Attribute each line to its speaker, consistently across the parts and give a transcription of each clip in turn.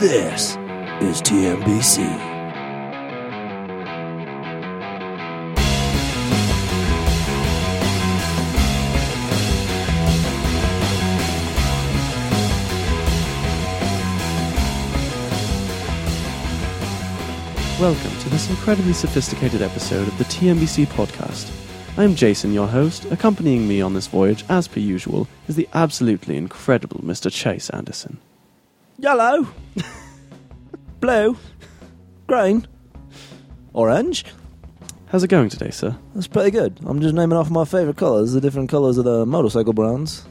Speaker 1: This is TMBC.
Speaker 2: Welcome to this incredibly sophisticated episode of the TMBC podcast. I'm Jason, your host. Accompanying me on this voyage, as per usual, is the absolutely incredible Mr. Chase Anderson.
Speaker 1: Yellow, blue, green, orange.
Speaker 2: How's it going today, sir?
Speaker 1: That's pretty good. I'm just naming off my favourite colours, the different colours of the motorcycle brands.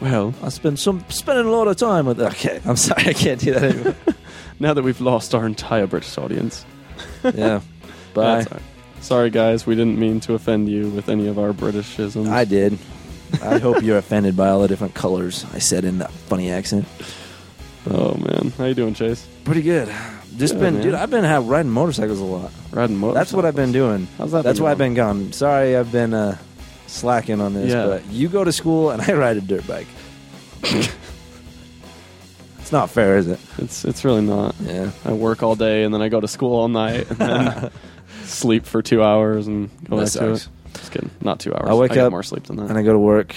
Speaker 2: Well,
Speaker 1: I spend some spending a lot of time with. Okay, I'm sorry, I can't do that anymore.
Speaker 2: now that we've lost our entire British audience,
Speaker 1: yeah, bye.
Speaker 2: That's all right. Sorry, guys, we didn't mean to offend you with any of our Britishisms.
Speaker 1: I did. I hope you're offended by all the different colours I said in that funny accent.
Speaker 2: oh man, how you doing, Chase?
Speaker 1: Pretty good. Just
Speaker 2: Yeah,
Speaker 1: been,
Speaker 2: man.
Speaker 1: dude. I've been out riding motorcycles a lot.
Speaker 2: Riding motor.
Speaker 1: That's what I've been doing.
Speaker 2: How's that?
Speaker 1: That's
Speaker 2: been
Speaker 1: why I've
Speaker 2: going?
Speaker 1: been gone. Sorry, I've been uh, slacking on this.
Speaker 2: Yeah.
Speaker 1: But you go to school and I ride a dirt bike. it's not fair, is it?
Speaker 2: It's it's really not.
Speaker 1: Yeah.
Speaker 2: I work all day and then I go to school all night and then sleep for two hours and go
Speaker 1: That
Speaker 2: back to
Speaker 1: sucks.
Speaker 2: it. Just kidding. Not two hours.
Speaker 1: I wake
Speaker 2: get
Speaker 1: up
Speaker 2: more sleep than that.
Speaker 1: And I go to work,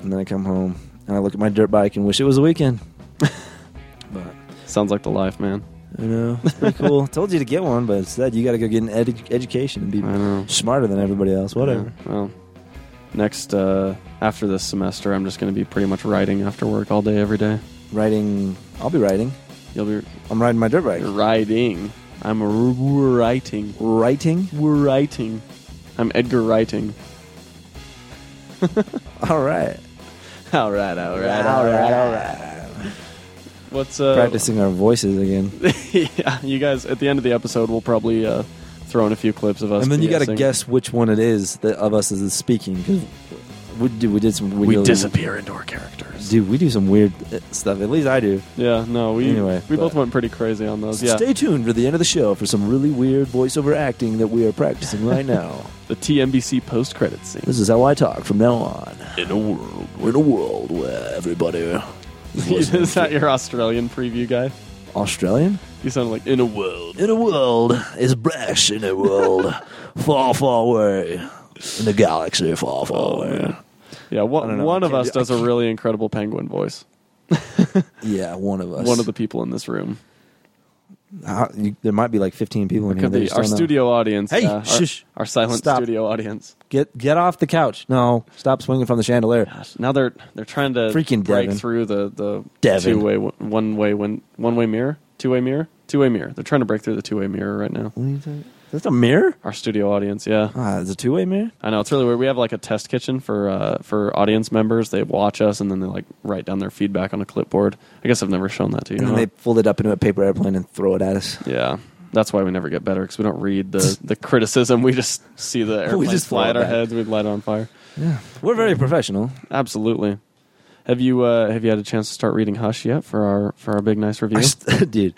Speaker 1: and then I come home, and I look at my dirt bike and wish it was a weekend. but
Speaker 2: Sounds like the life, man.
Speaker 1: you know, it's pretty cool. Told you to get one, but instead you got to go get an edu- education and be
Speaker 2: I know.
Speaker 1: smarter than everybody else. Whatever.
Speaker 2: Yeah, well, next uh, after this semester, I'm just going to be pretty much writing after work all day every day.
Speaker 1: Riding, I'll be riding.
Speaker 2: You'll be
Speaker 1: I'm riding my dirt bike.
Speaker 2: you're riding. I'm r- writing.
Speaker 1: Writing.
Speaker 2: We're writing. I'm Edgar writing.
Speaker 1: All right.
Speaker 2: All right, all right,
Speaker 1: right.
Speaker 2: What's uh,
Speaker 1: Practicing our voices again.
Speaker 2: yeah, you guys. At the end of the episode, we'll probably uh, throw in a few clips of us.
Speaker 1: and then you got to
Speaker 2: BSing.
Speaker 1: guess which one it is that of us is speaking because we did we did some
Speaker 2: We
Speaker 1: really-
Speaker 2: disappear into our characters.
Speaker 1: Dude, we do some weird uh, stuff. At least I do.
Speaker 2: Yeah, no, we
Speaker 1: Anyway,
Speaker 2: we
Speaker 1: but-
Speaker 2: both went pretty crazy on those. Yeah,
Speaker 1: Stay tuned for the end of the show for some really weird voiceover acting that we are practicing right now.
Speaker 2: the TMBC post credits scene.
Speaker 1: This is how I talk from now on.
Speaker 2: In a world.
Speaker 1: We're in a world where everybody
Speaker 2: Is that your Australian preview guy?
Speaker 1: Australian
Speaker 2: You sound like in a world.
Speaker 1: in a world is brash in a world far, far away in the galaxy far, far away.
Speaker 2: Yeah,
Speaker 1: I
Speaker 2: one,
Speaker 1: don't know,
Speaker 2: one
Speaker 1: I
Speaker 2: of
Speaker 1: can't
Speaker 2: us
Speaker 1: do- I
Speaker 2: does a really incredible penguin voice.
Speaker 1: Yeah, one of us.
Speaker 2: One of the people in this room.
Speaker 1: How- Uh, you, there might be like fifteen people in here.
Speaker 2: Could
Speaker 1: that
Speaker 2: be
Speaker 1: you still
Speaker 2: our
Speaker 1: know.
Speaker 2: studio audience.
Speaker 1: Hey,
Speaker 2: yeah, our-
Speaker 1: shush.
Speaker 2: Our, silent
Speaker 1: Stop.
Speaker 2: studio audience.
Speaker 1: Get get off the couch. No, stop swinging from the chandelier.
Speaker 2: Gosh, now they're they're trying to
Speaker 1: Freaking
Speaker 2: break
Speaker 1: Devin.
Speaker 2: through the the
Speaker 1: Devin.
Speaker 2: two way one way one way mirror two way mirror two way mirror. They're trying to break through the two way mirror right now.
Speaker 1: That's a mirror.
Speaker 2: Our studio audience, yeah.
Speaker 1: Ah, it's a two way mirror.
Speaker 2: I know it's really weird. We have like a test kitchen for uh, for audience members. They watch us and then they like write down their feedback on a clipboard. I guess I've never shown that to you.
Speaker 1: And then
Speaker 2: huh?
Speaker 1: they fold it up into a paper airplane and throw it at us.
Speaker 2: Yeah, that's why we never get better because we don't read the, the criticism. We just see the airplanes
Speaker 1: just
Speaker 2: fly at
Speaker 1: throw it
Speaker 2: our
Speaker 1: back.
Speaker 2: heads. We light it on fire.
Speaker 1: Yeah, we're very professional.
Speaker 2: Absolutely. Have you uh, have you had a chance to start reading Hush yet for our for our big nice review?
Speaker 1: I st- dude.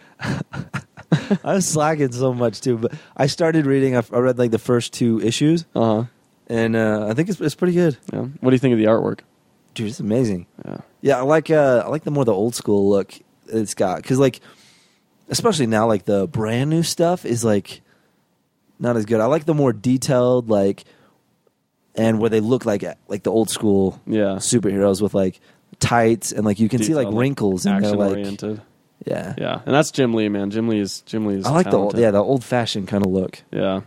Speaker 1: I was slacking so much too, but I started reading. I, I read like the first two issues,
Speaker 2: Uh huh.
Speaker 1: and uh, I think it's it's pretty good,
Speaker 2: Yeah. What do you think of the artwork?
Speaker 1: dude. It's amazing.
Speaker 2: Yeah.
Speaker 1: Yeah, I like uh, I like the more the old school look it's got because like especially now like the brand new stuff is like not as good. I like the more detailed like and where they look like like the old school
Speaker 2: Yeah.
Speaker 1: superheroes with like tights and like you can see like
Speaker 2: Detailed,
Speaker 1: wrinkles and they're
Speaker 2: Action
Speaker 1: like
Speaker 2: oriented.
Speaker 1: yeah.
Speaker 2: Yeah, and that's Jim Lee, man. Jim Lee is Jim Lee is.
Speaker 1: I like the old,
Speaker 2: talented.
Speaker 1: yeah the old fashioned kind of look.
Speaker 2: Yeah.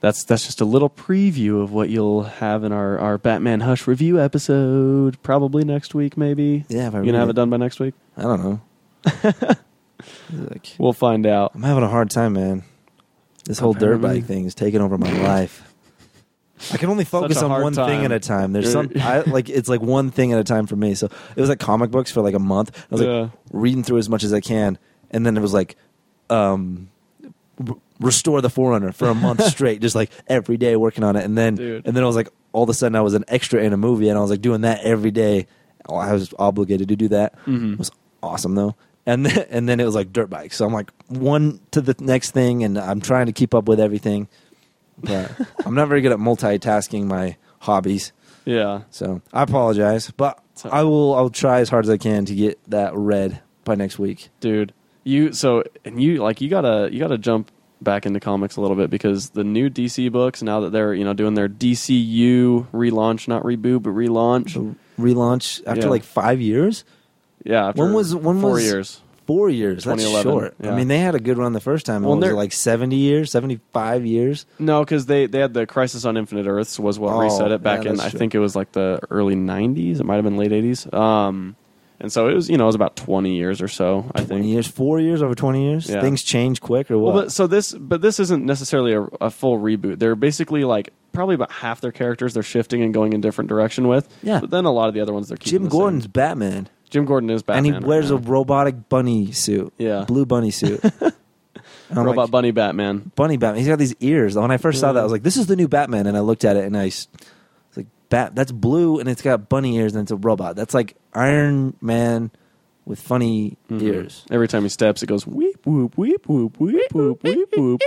Speaker 2: That's that's just a little preview of what you'll have in our, our Batman Hush review episode. Probably next week, maybe.
Speaker 1: Yeah, if I
Speaker 2: you gonna
Speaker 1: read
Speaker 2: have
Speaker 1: it.
Speaker 2: it done by next week?
Speaker 1: I don't know. like,
Speaker 2: We'll find out.
Speaker 1: I'm having a hard time, man. This whole dirt
Speaker 2: Apparently.
Speaker 1: bike thing is taking over my life. I can only focus
Speaker 2: a
Speaker 1: on
Speaker 2: hard
Speaker 1: one thing
Speaker 2: time.
Speaker 1: at a time. There's
Speaker 2: You're-
Speaker 1: some I, like it's like one thing at a time for me. So it was like comic books for like a month. I was
Speaker 2: Yeah.
Speaker 1: like reading through as much as I can, and then it was like, um, r- restore the Forerunner for a month straight, just like every day working on it. And then
Speaker 2: Dude.
Speaker 1: and then I was like, all of a sudden I was an extra in a movie, and I was like doing that every day. Oh, I was obligated to do that. It was awesome though. And then, and then it was like dirt bike. So I'm like one to the next thing, and I'm trying to keep up with everything. But I'm not very good at multitasking my hobbies,
Speaker 2: Yeah.
Speaker 1: so I apologize. But
Speaker 2: So-
Speaker 1: I will. I'll try as hard as I can to get that read by next week.
Speaker 2: dude you so and you like you gotta you gotta jump back into comics a little bit because the new dc books now that they're you know doing their dcu relaunch not reboot but relaunch
Speaker 1: The relaunch after
Speaker 2: Yeah.
Speaker 1: like five years,
Speaker 2: yeah after
Speaker 1: When was- when
Speaker 2: four
Speaker 1: was-
Speaker 2: years
Speaker 1: four years. That's
Speaker 2: 2011,
Speaker 1: short.
Speaker 2: yeah.
Speaker 1: I mean, they had a good run the first time.
Speaker 2: Well,
Speaker 1: What was it
Speaker 2: they're-
Speaker 1: like seventy years, seventy five years?
Speaker 2: no because they they had the crisis on infinite earths was what
Speaker 1: Oh,
Speaker 2: reset it back
Speaker 1: yeah,
Speaker 2: in
Speaker 1: that's
Speaker 2: i
Speaker 1: true.
Speaker 2: think it was like the early 90s it might have been late 80s um and so it was you know it was about 20 years or so i think
Speaker 1: Twenty years, four years over twenty years.
Speaker 2: Yeah.
Speaker 1: Things change quick or what?
Speaker 2: Well, but so this, but this isn't necessarily a, a full reboot. They're basically like probably about half their characters they're shifting and going in different direction with.
Speaker 1: Yeah.
Speaker 2: But then a lot of the other ones they're keeping.
Speaker 1: Jim
Speaker 2: the same.
Speaker 1: Gordon's Batman,
Speaker 2: Jim Gordon is Batman,
Speaker 1: and he wears
Speaker 2: right
Speaker 1: a
Speaker 2: now.
Speaker 1: robotic bunny suit.
Speaker 2: Yeah.
Speaker 1: blue bunny suit. And I'm
Speaker 2: robot
Speaker 1: like,
Speaker 2: bunny Batman.
Speaker 1: bunny Batman. He's got these ears. When I first saw that,
Speaker 2: Yeah.
Speaker 1: I was like, "This is the new Batman." And I looked at it, and I s- it's like, "Bat, that's blue, and it's got bunny ears, and it's a robot. That's like Iron Man with funny
Speaker 2: Mm-hmm.
Speaker 1: ears."
Speaker 2: Every time he steps, it goes weep whoop weep whoop weep whoop weep whoop.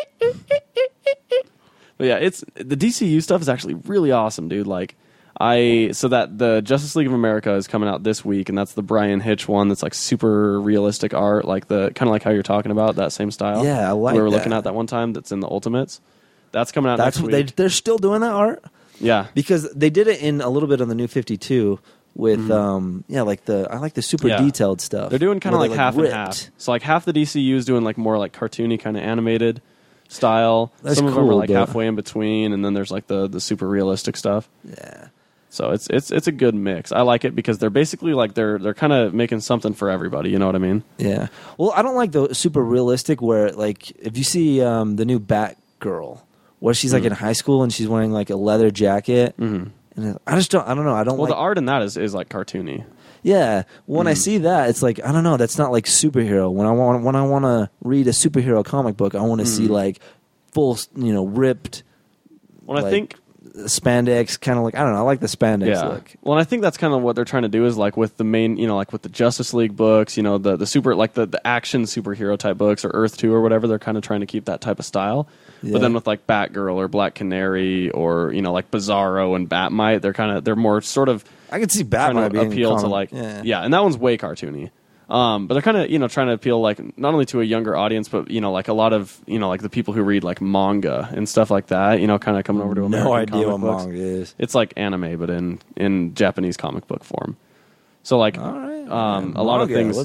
Speaker 2: but yeah, it's the DCU stuff is actually really awesome, dude. Like. I so that the Justice League of America is coming out this week, and that's the Brian Hitch one. That's like super realistic art, like the kind of like how you're talking about that same style.
Speaker 1: Yeah, I like
Speaker 2: we were
Speaker 1: that.
Speaker 2: looking at that one time. That's in the Ultimates. That's coming out.
Speaker 1: That's
Speaker 2: next
Speaker 1: what they
Speaker 2: week.
Speaker 1: they're still doing that art
Speaker 2: Yeah,
Speaker 1: because they did it in a little bit on the New Fifty Two with um yeah like the I like the super
Speaker 2: Mm-hmm. Yeah.
Speaker 1: detailed stuff.
Speaker 2: They're doing kind of
Speaker 1: where
Speaker 2: like,
Speaker 1: they,
Speaker 2: half
Speaker 1: ripped.
Speaker 2: and half. So like half the DCU is doing like more like cartoony kind of animated style.
Speaker 1: That's
Speaker 2: Some of them are
Speaker 1: cool,
Speaker 2: like
Speaker 1: dude.
Speaker 2: halfway in between, and then there's like the the super realistic stuff.
Speaker 1: Yeah.
Speaker 2: So it's it's it's a good mix. I like it because they're basically like they're they're kind of making something for everybody. You know what I mean?
Speaker 1: Yeah. Well, I don't like the super realistic where like if you see um, the new Batgirl where she's
Speaker 2: Mm.
Speaker 1: like in high school and she's wearing like a leather jacket. And I just don't. I don't know. I don't
Speaker 2: Mm-hmm. Well,
Speaker 1: like.
Speaker 2: the Mm. art in that is is like cartoony.
Speaker 1: yeah. When I see that, it's like I don't know. That's not like superhero. When I want when I want to read a superhero comic book, I want to
Speaker 2: Mm.
Speaker 1: see like full, you know, ripped
Speaker 2: Well, I
Speaker 1: Like,
Speaker 2: think
Speaker 1: spandex. Kind of like I don't know. I like the spandex look.
Speaker 2: Well, and I think that's kind of what they're trying to do is like with the main, you know, like with the Justice League books, you know, the the super like the, the action superhero type books or Earth Two or whatever. They're kind of trying to keep that type of style.
Speaker 1: Yeah.
Speaker 2: But then with like Batgirl or Black Canary or you know like Bizarro and Batmite, they're kind of they're more sort of
Speaker 1: I can see
Speaker 2: trying
Speaker 1: Batman
Speaker 2: to
Speaker 1: being
Speaker 2: appeal to
Speaker 1: common.
Speaker 2: like yeah. and that one's way cartoony. Um, but they're kind of you know trying to appeal like not only to a younger audience, but you know like a lot of you know like the people who read like manga and stuff like that. You know, kind of coming over to American
Speaker 1: No idea
Speaker 2: comic
Speaker 1: what
Speaker 2: books.
Speaker 1: manga is.
Speaker 2: It's like anime, but in in Japanese comic book form. So like,
Speaker 1: All right.
Speaker 2: um, a lot of things.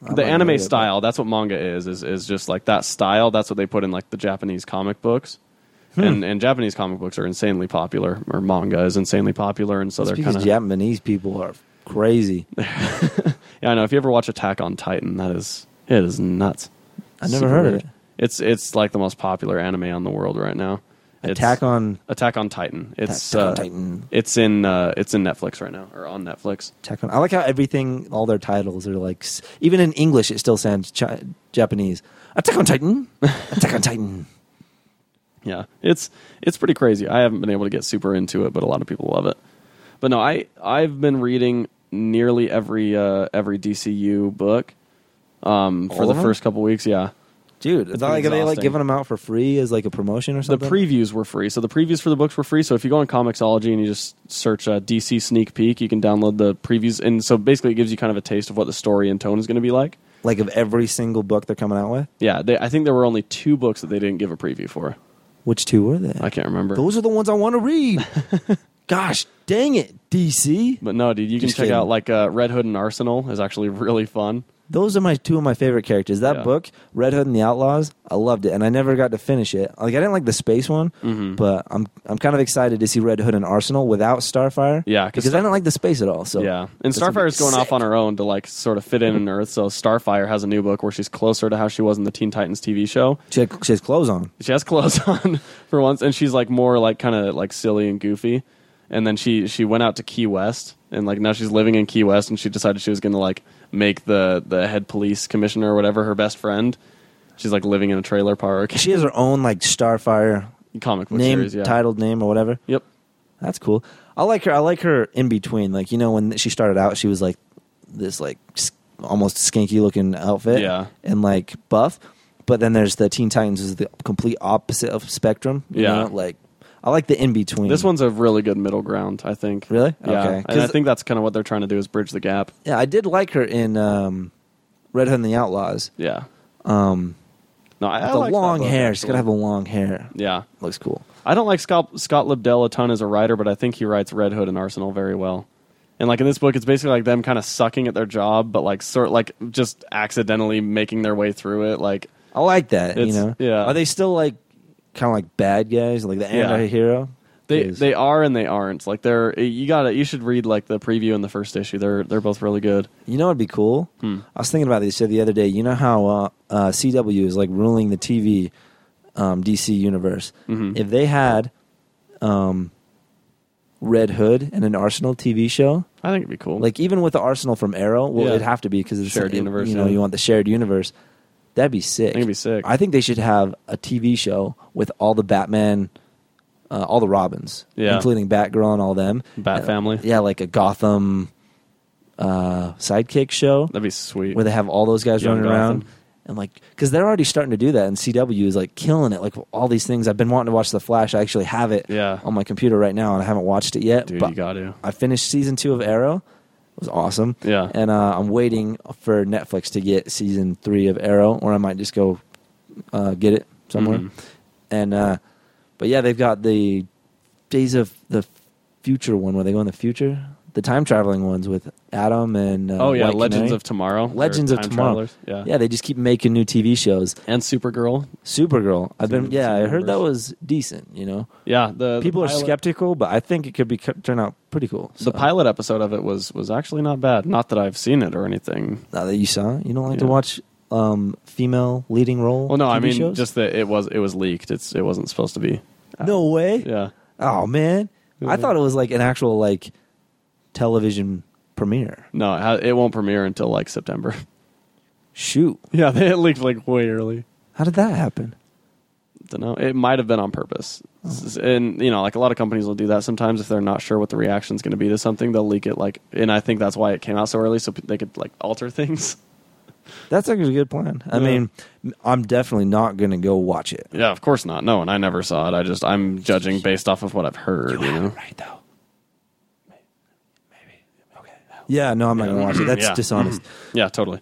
Speaker 1: I'm not gonna
Speaker 2: the anime
Speaker 1: read it, but-
Speaker 2: style. That's what manga is. Is is just like that style. That's what they put in like the Japanese comic books.
Speaker 1: Hmm.
Speaker 2: And and Japanese comic books are insanely popular, or manga is insanely popular, and so
Speaker 1: It's
Speaker 2: they're
Speaker 1: because
Speaker 2: kind of
Speaker 1: Japanese people are crazy.
Speaker 2: yeah. I know if you ever watch Attack on Titan, that is it is nuts.
Speaker 1: I never heard of
Speaker 2: weird.
Speaker 1: it.
Speaker 2: It's it's like the most popular anime on the world right now. It's-
Speaker 1: Attack on
Speaker 2: Attack on Titan. It's
Speaker 1: Attack on
Speaker 2: uh,
Speaker 1: Titan.
Speaker 2: It's in uh, it's in Netflix right now, or on Netflix.
Speaker 1: Attack on. I like how everything, all their titles are like, s- even in English, it still sounds chi- Japanese. Attack on Titan. Attack on Titan.
Speaker 2: Yeah, it's it's pretty crazy. I haven't been able to get super into it, but a lot of people love it. But no, I I've been reading nearly every uh, every DCU book um, for
Speaker 1: All
Speaker 2: the
Speaker 1: of 'em?
Speaker 2: first couple weeks. Yeah,
Speaker 1: Dude, it's not like are they like
Speaker 2: exhausting.
Speaker 1: giving them out for free as like a promotion or
Speaker 2: the
Speaker 1: something?
Speaker 2: previews were free, so the previews for the books were free. So if you go on Comixology and you just search uh, DC sneak peek, you can download the previews, and so basically it gives you kind of a taste of what the story and tone is going to be like.
Speaker 1: like of every single book they're coming out with.
Speaker 2: Yeah, they, I think there were only two books that they didn't give a preview for.
Speaker 1: Which two were they?
Speaker 2: I can't remember.
Speaker 1: Those are the ones I want to read. Gosh, dang it, DC.
Speaker 2: But no, dude, you can
Speaker 1: Just
Speaker 2: check
Speaker 1: kidding.
Speaker 2: out like uh, Red Hood and Arsenal is actually really fun.
Speaker 1: Those are my two of my favorite characters. That
Speaker 2: Yeah.
Speaker 1: book, Red Hood and the Outlaws, I loved it, and I never got to finish it. Like I didn't like the space one,
Speaker 2: Mm-hmm.
Speaker 1: but I'm I'm kind of excited to see Red Hood and Arsenal without Starfire.
Speaker 2: Yeah, 'cause
Speaker 1: because I don't like the space at all. So
Speaker 2: yeah, and
Speaker 1: that's gonna be
Speaker 2: Starfire's going off
Speaker 1: sick.
Speaker 2: on her own to like sort of fit in on Earth. So Starfire has a new book where she's closer to how she was in the Teen Titans TV show.
Speaker 1: She, had- she has clothes on.
Speaker 2: She has clothes on for once, and she's like more like kind of like silly and goofy. And then she she went out to Key West, and like now she's living in Key West, and she decided she was going to like make the the head police commissioner or whatever her best friend. She's like living in a trailer park.
Speaker 1: She has her own like Starfire
Speaker 2: Comic book
Speaker 1: name,
Speaker 2: series, yeah.
Speaker 1: titled name or whatever.
Speaker 2: Yep.
Speaker 1: That's cool. I like her. I like her in between. Like you know when she started out, she was like this like s- almost skanky looking outfit,
Speaker 2: Yeah.
Speaker 1: and like buff. But then there's the Teen Titans is the complete opposite of spectrum. you
Speaker 2: Yeah.
Speaker 1: know? like I like the in between.
Speaker 2: This one's a really good middle ground, I think.
Speaker 1: Really?
Speaker 2: Yeah.
Speaker 1: Okay.
Speaker 2: And I
Speaker 1: 'Cause-
Speaker 2: think that's kind of what they're trying to do is bridge the gap.
Speaker 1: yeah, I did like her in um, Red Hood and the Outlaws.
Speaker 2: Yeah.
Speaker 1: Um,
Speaker 2: No, I, I
Speaker 1: with the
Speaker 2: like that
Speaker 1: long
Speaker 2: book,
Speaker 1: hair. She's
Speaker 2: actually.
Speaker 1: got to have a long hair.
Speaker 2: Yeah.
Speaker 1: Looks cool.
Speaker 2: I don't like Scott, Scott Lobdell a ton as a writer, but I think he writes Red Hood and Arsenal very well. And like in this book, it's basically like them kind of sucking at their job, but like sort like just accidentally making their way through it. Like
Speaker 1: I like that. you
Speaker 2: It's-
Speaker 1: know,
Speaker 2: yeah.
Speaker 1: Are they still like kind of like bad guys, like the
Speaker 2: Yeah.
Speaker 1: anti-hero?
Speaker 2: they
Speaker 1: 'Cause
Speaker 2: they are and they aren't. Like they're eh, you gotta you should read like the preview and the first issue. They're they're both really good.
Speaker 1: You know, it'd be cool.
Speaker 2: Hmm.
Speaker 1: I was thinking about this the other day. You know how uh, uh, CW is like ruling the TV um, DC universe.
Speaker 2: Mhm.
Speaker 1: If they had um, Red Hood and an Arsenal TV show,
Speaker 2: I think it'd be cool.
Speaker 1: like even with the Arsenal from Arrow, well,
Speaker 2: Yeah.
Speaker 1: it'd have to be because it's
Speaker 2: Shared
Speaker 1: it-
Speaker 2: universe,
Speaker 1: You know,
Speaker 2: yeah.
Speaker 1: you want the shared universe. That'd be sick.
Speaker 2: I think it'd be sick.
Speaker 1: I think they should have a TV show with all the Batman, uh, all the Robins,
Speaker 2: Yeah.
Speaker 1: including Batgirl and all them.
Speaker 2: Bat
Speaker 1: Uh,
Speaker 2: Family.
Speaker 1: yeah, like a Gotham uh, sidekick show
Speaker 2: That'd be sweet.
Speaker 1: where they have all those guys
Speaker 2: Young
Speaker 1: running around
Speaker 2: Gotham.
Speaker 1: and like because they're already starting to do that and cw is like killing it like all these things i've been wanting to watch the flash i actually have it
Speaker 2: Yeah.
Speaker 1: on my computer right now and i haven't watched it yet
Speaker 2: Dude,
Speaker 1: but
Speaker 2: you got to.
Speaker 1: i finished season two of arrow it was awesome
Speaker 2: Yeah.
Speaker 1: and uh, i'm waiting for netflix to get season three of arrow or i might just go uh, get it somewhere
Speaker 2: Mhm.
Speaker 1: and uh, but yeah they've got the days of the future one where they go in the future the time traveling ones with adam and uh,
Speaker 2: oh yeah,
Speaker 1: White
Speaker 2: Legends
Speaker 1: Canary.
Speaker 2: of Tomorrow.
Speaker 1: Legends
Speaker 2: They're
Speaker 1: of
Speaker 2: time
Speaker 1: Tomorrow.
Speaker 2: travelers. Yeah.
Speaker 1: Yeah, they just keep making new TV shows.
Speaker 2: And Supergirl.
Speaker 1: Supergirl. I've been
Speaker 2: Some-
Speaker 1: yeah,
Speaker 2: some
Speaker 1: I heard that
Speaker 2: numbers.
Speaker 1: was decent, you know.
Speaker 2: Yeah. The the
Speaker 1: People are
Speaker 2: pilot-
Speaker 1: skeptical, but I think it could be co- turn out pretty cool. So.
Speaker 2: The pilot episode of it was was actually not bad. Not that I've seen it or anything.
Speaker 1: now that you saw, it, you don't like to
Speaker 2: Yeah.
Speaker 1: watch um female leading role
Speaker 2: Well, no,
Speaker 1: TV
Speaker 2: I mean
Speaker 1: shows?
Speaker 2: just that it was it was leaked. It's it wasn't supposed to be.
Speaker 1: No way.
Speaker 2: Yeah.
Speaker 1: Oh man.
Speaker 2: Yeah.
Speaker 1: I thought it was like an actual like television premiere.
Speaker 2: No, it, ha- it won't premiere until like September.
Speaker 1: Shoot.
Speaker 2: yeah, they it leaked like way early.
Speaker 1: How did that happen?
Speaker 2: Don't know. It might have been on purpose. S- s- And you know, like a lot of companies will do that sometimes if they're not sure what the reaction's going to be to something, they'll leak it like and I think that's why it came out so early so p- they could like alter things.
Speaker 1: That's actually a good plan. I
Speaker 2: Yeah.
Speaker 1: mean, I'm definitely not going to go watch it.
Speaker 2: Yeah, of course not. No, and I never saw it. I just I'm judging based off of what I've heard, you, know.
Speaker 1: right though. Yeah, no, I'm not gonna watch it. That's
Speaker 2: Yeah.
Speaker 1: dishonest.
Speaker 2: Yeah, totally.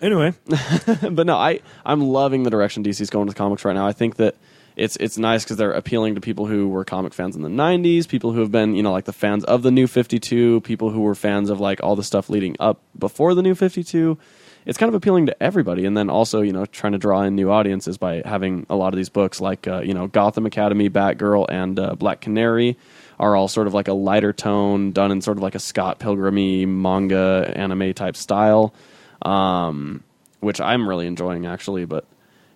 Speaker 1: Anyway,
Speaker 2: but no, I I'm loving the direction DC's going with comics right now. I think that it's it's nice because they're appealing to people who were comic fans in the '90s, people who have been you know like the fans of the New Fifty Two, people who were fans of like all the stuff leading up before the New Fifty Two. It's kind of appealing to everybody, and then also you know trying to draw in new audiences by having a lot of these books like uh, you know Gotham Academy, Batgirl, and uh, Black Canary are all sort of like a lighter tone, done in sort of like a Scott Pilgrimy manga anime type style um, which I'm really enjoying actually. But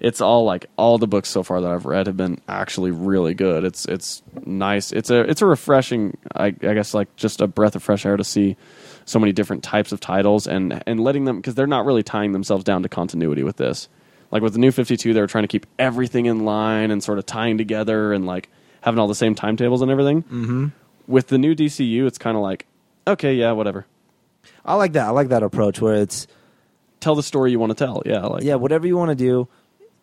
Speaker 2: it's all like all the books so far that I've read have been actually really good. It's it's nice. It's a it's a refreshing, I, I guess, like just a breath of fresh air to see so many different types of titles and and letting them because they're not really tying themselves down to continuity with this. Like with the new 52, they were trying to keep everything in line and sort of tying together and like having all the same timetables and everything. Mm-hmm. With the new DCU, it's kind of like, okay, yeah, whatever.
Speaker 1: I like that. I like that approach where it's
Speaker 2: Tell the story you want to tell. Yeah, like
Speaker 1: yeah, whatever you want to do,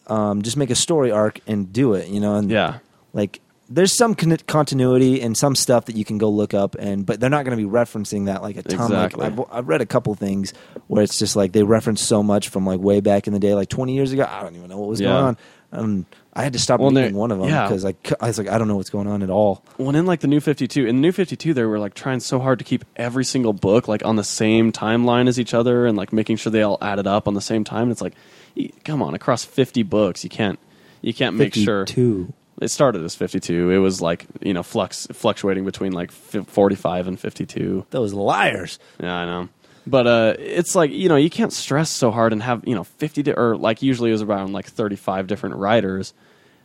Speaker 1: um, just make a story arc and do it. You know, and
Speaker 2: yeah.
Speaker 1: like there's some con- continuity and some stuff that you can go look up and but they're not going to be referencing that like a ton
Speaker 2: Exactly.
Speaker 1: like I've, I've read a couple things where it's just like they reference so much from like way back in the day like 20 years ago i don't even know what was
Speaker 2: Yeah.
Speaker 1: going on um, i had to stop
Speaker 2: Well, and
Speaker 1: reading
Speaker 2: they-
Speaker 1: one of them
Speaker 2: yeah.
Speaker 1: because I, cou- I was like i don't know what's going on at all
Speaker 2: Well, in like the new 52, in the new 52, they were like trying so hard to keep every single book like on the same timeline as each other and like making sure they all added up on the same time. And it's like, y- come on, across 50 books, you can't, you can't make sure.
Speaker 1: 52.
Speaker 2: It started as 52. It was like, you know, flux, fluctuating between like fi- 45 and 52.
Speaker 1: those liars
Speaker 2: Yeah, I know. But uh, it's like you know you can't stress so hard and have you know fifty di- or like usually it was around like thirty five different writers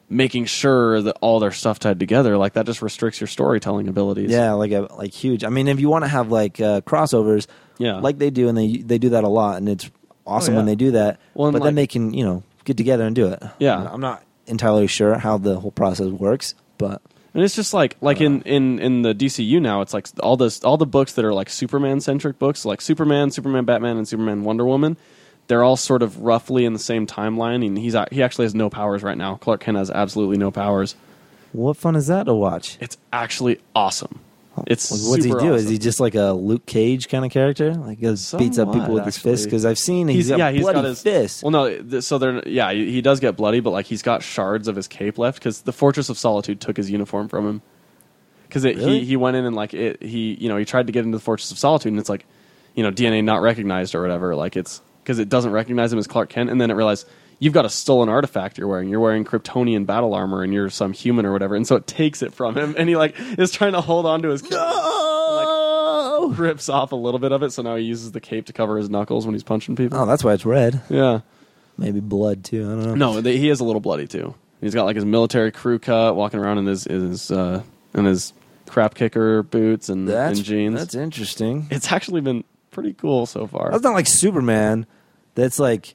Speaker 2: making sure that all their stuff tied together like that just restricts your storytelling abilities.
Speaker 1: Yeah, like a like huge. I mean, if you want to have like uh, crossovers,
Speaker 2: Yeah.
Speaker 1: like they do, and they they do that a lot, and it's awesome
Speaker 2: Oh, yeah.
Speaker 1: when they do that.
Speaker 2: Well, and
Speaker 1: but then they
Speaker 2: like-
Speaker 1: can you know get together and do it.
Speaker 2: Yeah.
Speaker 1: I'm not entirely sure how the whole process works, but
Speaker 2: And it's just like like in, in in the DCU now, it's like all this all the books that are like Superman centric books, like Superman, Superman, Batman, and Superman Wonder Woman. They're all sort of roughly in the same timeline, and he's a- he actually has no powers right now. Clark Kent has absolutely no powers.
Speaker 1: what fun is that to watch?
Speaker 2: It's actually awesome. It's
Speaker 1: Like, what's he do?
Speaker 2: super
Speaker 1: Is he
Speaker 2: awesome.
Speaker 1: just like a Luke Cage kind of character? Like he goes beats up people
Speaker 2: Somewhat,
Speaker 1: with his fist?
Speaker 2: actually.
Speaker 1: Because I've seen
Speaker 2: He's-
Speaker 1: he's got
Speaker 2: yeah, he's got
Speaker 1: bloody
Speaker 2: his-
Speaker 1: fist.
Speaker 2: Well, no. th- So they're yeah. He he does get bloody, but like he's got shards of his cape left because the Fortress of Solitude took his uniform from him. Because he
Speaker 1: Really?
Speaker 2: he went in and like it he you know he tried to get into the Fortress of Solitude and it's like you know DNA not recognized or whatever like it's because it doesn't recognize him as Clark Kent and then it realized you've got a stolen artifact you're wearing you're wearing Kryptonian battle armor and you're some human or whatever and so it takes it from him and he like is trying to hold on to his cape
Speaker 1: oh!
Speaker 2: rips off a little bit of it so now he uses the cape to cover his knuckles when he's punching people
Speaker 1: oh, that's why it's red.
Speaker 2: yeah
Speaker 1: Maybe blood too. I don't know.
Speaker 2: No, they, he is a little bloody too. He's got like his military crew cut, walking around in his his uh, in his crap kicker boots and,
Speaker 1: that's
Speaker 2: and jeans.
Speaker 1: That's interesting.
Speaker 2: it's actually been pretty cool so far.
Speaker 1: That's not like Superman. That's like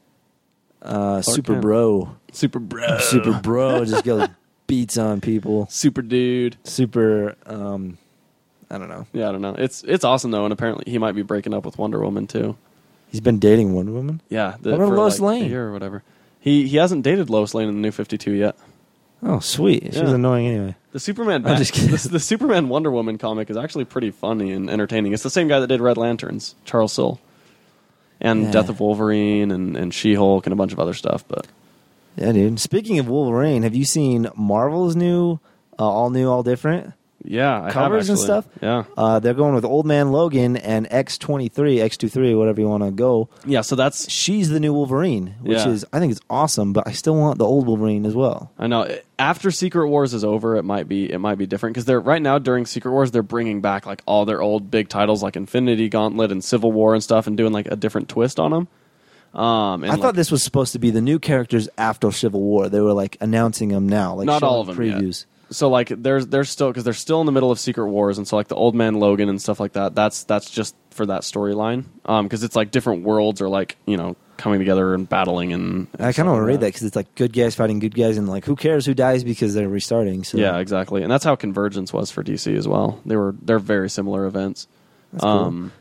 Speaker 1: uh, Super
Speaker 2: Kent.
Speaker 1: Bro.
Speaker 2: super bro,
Speaker 1: Super Bro just goes beats on people.
Speaker 2: super dude.
Speaker 1: Super. Um, I don't know.
Speaker 2: Yeah, I don't know. It's it's awesome though, and apparently he might be breaking up with Wonder Woman too.
Speaker 1: He's been dating one woman.
Speaker 2: Yeah,
Speaker 1: What about
Speaker 2: for,
Speaker 1: Lois
Speaker 2: like,
Speaker 1: Lane?
Speaker 2: a year or whatever. He he hasn't dated Lois Lane in the New Fifty Two yet.
Speaker 1: Oh, sweet. She's
Speaker 2: Yeah.
Speaker 1: annoying anyway.
Speaker 2: The Superman,
Speaker 1: I'm just kidding.
Speaker 2: the, the Superman Wonder Woman comic is actually pretty funny and entertaining. It's the same guy that did Red Lanterns, Charles Soule, and
Speaker 1: Yeah.
Speaker 2: Death of Wolverine and, and She Hulk and a bunch of other stuff. But
Speaker 1: Yeah, dude. Speaking of Wolverine, have you seen Marvel's new, uh, all new, all different?
Speaker 2: yeah, I have
Speaker 1: Covers and
Speaker 2: actually.
Speaker 1: stuff?
Speaker 2: Yeah,
Speaker 1: Uh, they're going with Old Man Logan and X23, X23, whatever you want to go.
Speaker 2: yeah. So that's
Speaker 1: She's the new Wolverine, which
Speaker 2: Yeah.
Speaker 1: is, I think it's awesome, but I still want the old Wolverine as well.
Speaker 2: I know. After Secret Wars is over, it might be it might be different because they're right now during Secret Wars they're bringing back like all their old big titles like Infinity Gauntlet and Civil War and stuff and doing like a different twist on them. Um, and,
Speaker 1: I
Speaker 2: like,
Speaker 1: thought this was supposed to be the new characters after Civil War. They were like announcing them now, like
Speaker 2: not all of
Speaker 1: showing
Speaker 2: them
Speaker 1: previews.
Speaker 2: Yet. So like there's there's still because they're still in the middle of Secret Wars, and so like the Old Man Logan and stuff like that. That's that's just for that storyline, um, because it's like different worlds are like you know coming together and battling and. and
Speaker 1: I
Speaker 2: stuff
Speaker 1: kind of
Speaker 2: like
Speaker 1: want to read that because it's like good guys fighting good guys, and like who cares who dies because they're restarting. So
Speaker 2: Yeah, exactly, and that's how Convergence was for DC as well. They were they're very similar events. Um,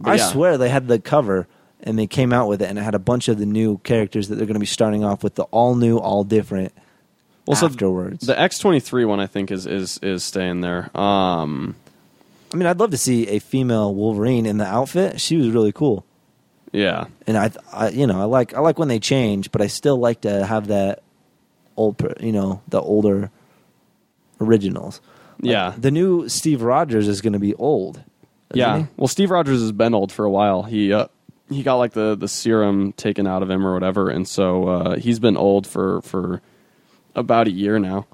Speaker 2: but
Speaker 1: I
Speaker 2: yeah.
Speaker 1: swear they had the cover and they came out with it and it had a bunch of the new characters that they're going to be starting off with the all new, all different
Speaker 2: Well, so
Speaker 1: afterwards.
Speaker 2: the X twenty three one I think is is is staying there. Um,
Speaker 1: I mean, I'd love to see a female Wolverine in the outfit. She was really cool.
Speaker 2: yeah,
Speaker 1: And I, I you know, I like I like when they change, but I still like to have that old, per- you know, the older originals. Like,
Speaker 2: yeah.
Speaker 1: The new Steve Rogers is going to be old. isn't
Speaker 2: Yeah.
Speaker 1: he?
Speaker 2: Well, Steve Rogers has been old for a while. He uh, he got like the the serum taken out of him or whatever, and so uh, he's been old for for about a year now.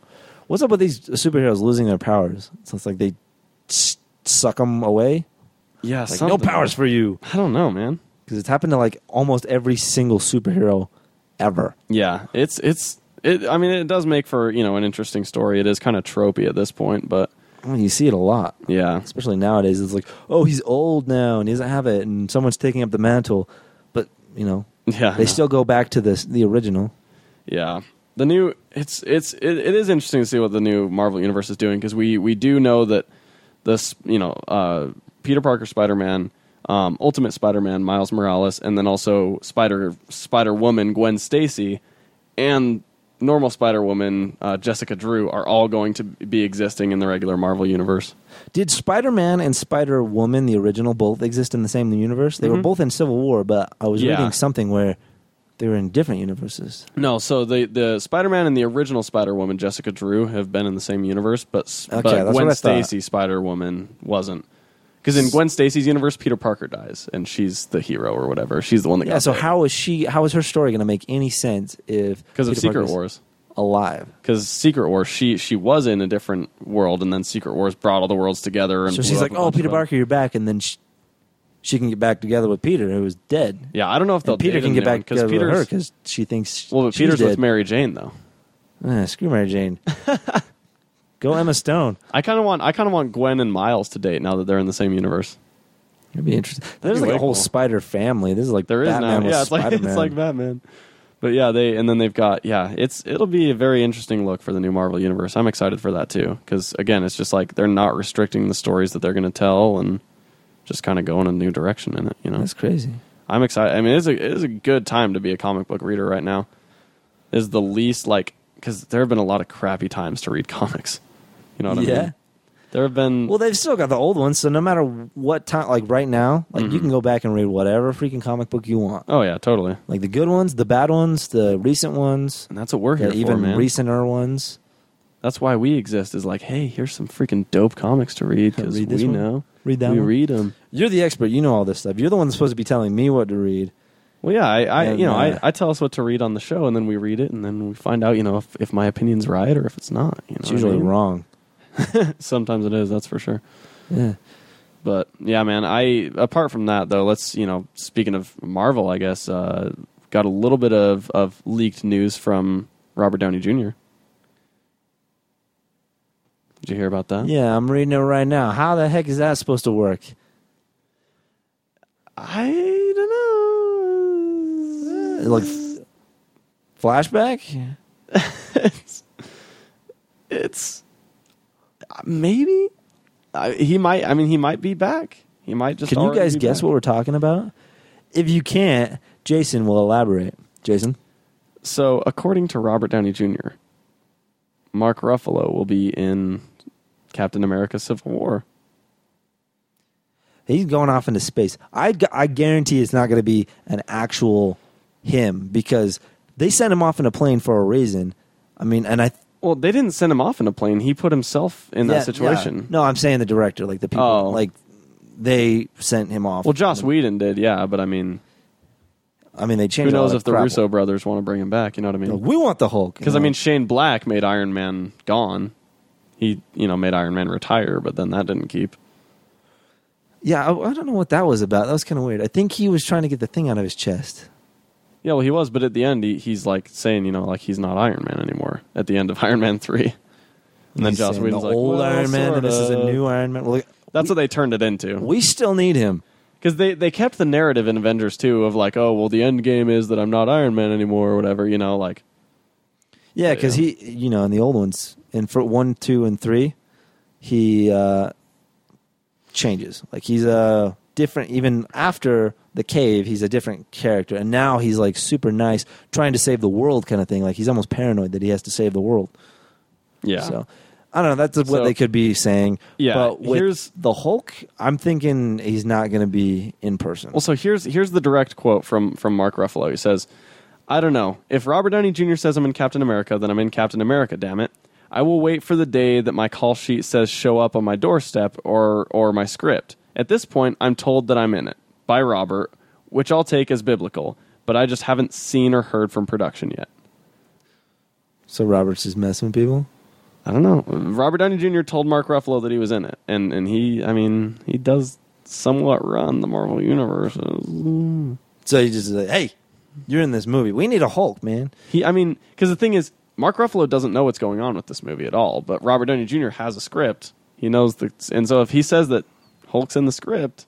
Speaker 1: What's up with these superheroes losing their powers? So it's like they s- suck them away.
Speaker 2: Yeah.
Speaker 1: Like, no powers for you.
Speaker 2: I don't know, man.
Speaker 1: because it's happened to like almost every single superhero ever.
Speaker 2: Yeah. It's it's it. I mean, it does make for you know an interesting story. It is kind of tropey at this point, but
Speaker 1: I mean, you see it a lot,
Speaker 2: yeah.
Speaker 1: especially nowadays. It's like, oh, he's old now and he doesn't have it, and someone's taking up the mantle. But you know,
Speaker 2: Yeah.
Speaker 1: they still go back to this the original.
Speaker 2: Yeah. The new it's it's it, it is interesting to see what the new Marvel universe is doing because we we do know that this you know uh, Peter Parker Spider Man, um, Ultimate Spider Man Miles Morales, and then also Spider Spider Woman Gwen Stacy, and normal Spider Woman uh, Jessica Drew are all going to be existing in the regular Marvel universe.
Speaker 1: Did Spider Man and Spider Woman, the original, both exist in the same universe? They were
Speaker 2: Mhm.
Speaker 1: both in Civil War, but I was
Speaker 2: Yeah.
Speaker 1: reading something where they were in different universes.
Speaker 2: No, so the the Spider Man and the original Spider Woman Jessica Drew have been in the same universe, but, s-
Speaker 1: Okay, that's
Speaker 2: but
Speaker 1: what
Speaker 2: Gwen
Speaker 1: I thought.
Speaker 2: Stacy Spider Woman wasn't. Because in Gwen Stacy's universe, Peter Parker dies, and she's the hero or whatever. She's the one that
Speaker 1: Yeah.
Speaker 2: got
Speaker 1: So how is she? How is her story going to make any sense if
Speaker 2: because of
Speaker 1: Peter
Speaker 2: Secret
Speaker 1: Parker's
Speaker 2: Wars.
Speaker 1: alive?
Speaker 2: Because Secret Wars, she she was in a different world, and then Secret Wars brought all the worlds together. And
Speaker 1: So
Speaker 2: blew
Speaker 1: she's
Speaker 2: up
Speaker 1: like,
Speaker 2: a
Speaker 1: "Oh,
Speaker 2: bunch
Speaker 1: Peter
Speaker 2: of them."
Speaker 1: Barker, you're back," and then she, she can get back together with Peter, who is dead.
Speaker 2: Yeah, I don't know if they'll
Speaker 1: And Peter
Speaker 2: date
Speaker 1: can
Speaker 2: him
Speaker 1: get
Speaker 2: now,
Speaker 1: back together with her
Speaker 2: Peter's-
Speaker 1: because she thinks
Speaker 2: Well, but
Speaker 1: she's
Speaker 2: Peter's
Speaker 1: dead.
Speaker 2: with Mary Jane though.
Speaker 1: Eh, screw Mary Jane. Go Emma Stone.
Speaker 2: I kind of want I kind of want Gwen and Miles to date now that they're in the same universe.
Speaker 1: It'd be interesting. There's
Speaker 2: be
Speaker 1: like
Speaker 2: way
Speaker 1: a whole
Speaker 2: cool.
Speaker 1: Spider family. This is like
Speaker 2: There is
Speaker 1: Batman
Speaker 2: now.
Speaker 1: with
Speaker 2: Yeah, it's like,
Speaker 1: Spider-Man.
Speaker 2: it's like Batman. But yeah, they and then they've got yeah. It's it'll be a very interesting look for the new Marvel universe. I'm excited for that too because again, it's just like they're not restricting the stories that they're going to tell and just kind of going a new direction in it. You know,
Speaker 1: That's crazy.
Speaker 2: I'm excited. I mean, it's a it is a good time to be a comic book reader right now. Is the least like because there have been a lot of crappy times to read comics. You know what I
Speaker 1: yeah.
Speaker 2: mean? There have been
Speaker 1: Well, they've still got the old ones, so no matter what time, like right now, like you
Speaker 2: Mhm.
Speaker 1: can go back and read whatever freaking comic book you want.
Speaker 2: Oh yeah, totally.
Speaker 1: Like the good ones, the bad ones, the recent ones,
Speaker 2: And that's what we're here
Speaker 1: the even
Speaker 2: for, man.
Speaker 1: recenter ones.
Speaker 2: that's why we exist. Is like, hey, here's some freaking dope comics to read because we
Speaker 1: Read this one?
Speaker 2: know
Speaker 1: Read that
Speaker 2: we
Speaker 1: one.
Speaker 2: read them.
Speaker 1: You're the expert. You know all this stuff. You're the one that's supposed to be telling me what to read.
Speaker 2: Well, yeah, I, I
Speaker 1: And,
Speaker 2: you know,
Speaker 1: uh,
Speaker 2: I, I tell us what to read on the show, and then we read it, and then we find out, you know, if, if my opinion's right or if it's not. You know,
Speaker 1: It's
Speaker 2: what I
Speaker 1: usually
Speaker 2: mean?
Speaker 1: wrong.
Speaker 2: Sometimes it is, that's for sure.
Speaker 1: Yeah.
Speaker 2: But yeah, man, I apart from that though, let's you know, speaking of Marvel, I guess uh, got a little bit of of leaked news from Robert Downey Jr. Did you hear about that?
Speaker 1: Yeah, I'm reading it right now. How the heck is that supposed to work?
Speaker 2: I don't know.
Speaker 1: Like flashback?
Speaker 2: it's, it's maybe I, he might. I mean, he might be back. He might just.
Speaker 1: Can you
Speaker 2: already
Speaker 1: guys
Speaker 2: be
Speaker 1: guess
Speaker 2: back.
Speaker 1: what we're talking about? If you can't, Jason will elaborate. Jason,
Speaker 2: So, according to Robert Downey Jr., Mark Ruffalo will be in Captain America: Civil War.
Speaker 1: he's going off into space. I, gu- I guarantee it's not going to be an actual him because they sent him off in a plane for a reason. I mean, and I
Speaker 2: Well, they didn't send him off in a plane. He put himself in
Speaker 1: Yeah,
Speaker 2: that situation.
Speaker 1: yeah. No, I'm saying the director, like the people,
Speaker 2: Oh.
Speaker 1: like they sent him off.
Speaker 2: Well, Joss Whedon did, yeah, but I mean,
Speaker 1: I mean, they
Speaker 2: who
Speaker 1: changed. all
Speaker 2: knows
Speaker 1: that
Speaker 2: if the
Speaker 1: crap.
Speaker 2: Russo brothers want to bring him back? You know what I mean?
Speaker 1: We want the Hulk you
Speaker 2: Because I
Speaker 1: know?
Speaker 2: mean, Shane Black made Iron Man gone. He, you know, made Iron Man retire, but then that didn't keep.
Speaker 1: yeah, I, I don't know what that was about. That was kind of weird. I think he was trying to get the thing out of his chest.
Speaker 2: Yeah, well, he was, but at the end, he, he's like saying, you know, like he's not Iron Man anymore. At the end of Iron Man three, and then
Speaker 1: He's
Speaker 2: Joss
Speaker 1: saying
Speaker 2: Whedon's
Speaker 1: the
Speaker 2: like,
Speaker 1: old
Speaker 2: "Well,
Speaker 1: Iron Man, and this is a
Speaker 2: sorta."
Speaker 1: new Iron Man. Well, Look,
Speaker 2: That's what they turned it into.
Speaker 1: we still need him.
Speaker 2: Because they, they kept the narrative in Avengers 2 of like, oh, well, the end game is that I'm not Iron Man anymore or whatever, you know, like,
Speaker 1: Yeah, because
Speaker 2: Yeah.
Speaker 1: he, you know, in the old ones, in for one, two, and three, he uh, changes. Like he's a different. Even after the cave, he's a different character, and now he's like super nice, trying to save the world, kind of thing. Like he's almost paranoid that he has to save the world.
Speaker 2: yeah.
Speaker 1: So I don't know. That's what
Speaker 2: So-
Speaker 1: they could be saying.
Speaker 2: Yeah,
Speaker 1: But with
Speaker 2: here's-
Speaker 1: the Hulk. I'm thinking he's not going to be in person.
Speaker 2: Well, so here's here's the direct quote from from Mark Ruffalo. He says, "I don't know. If Robert Downey Jr. says I'm in Captain America, then I'm in Captain America. Damn it! I will wait for the day that my call sheet says show up on my doorstep or or my script. At this point, I'm told that I'm in it by Robert, which I'll take as biblical. But I just haven't seen or heard from production yet.
Speaker 1: so Roberts is messing with people.
Speaker 2: I don't know. Robert Downey Jr. told Mark Ruffalo that he was in it, and and he, I mean, he does." Somewhat run the Marvel universe.
Speaker 1: So he just is like, hey, you're in this movie. We need a Hulk, man.
Speaker 2: He, I mean, because the thing is, Mark Ruffalo doesn't know what's going on with this movie at all. But Robert Downey Jr. has a script. He knows the, and so if he says that Hulk's in the script,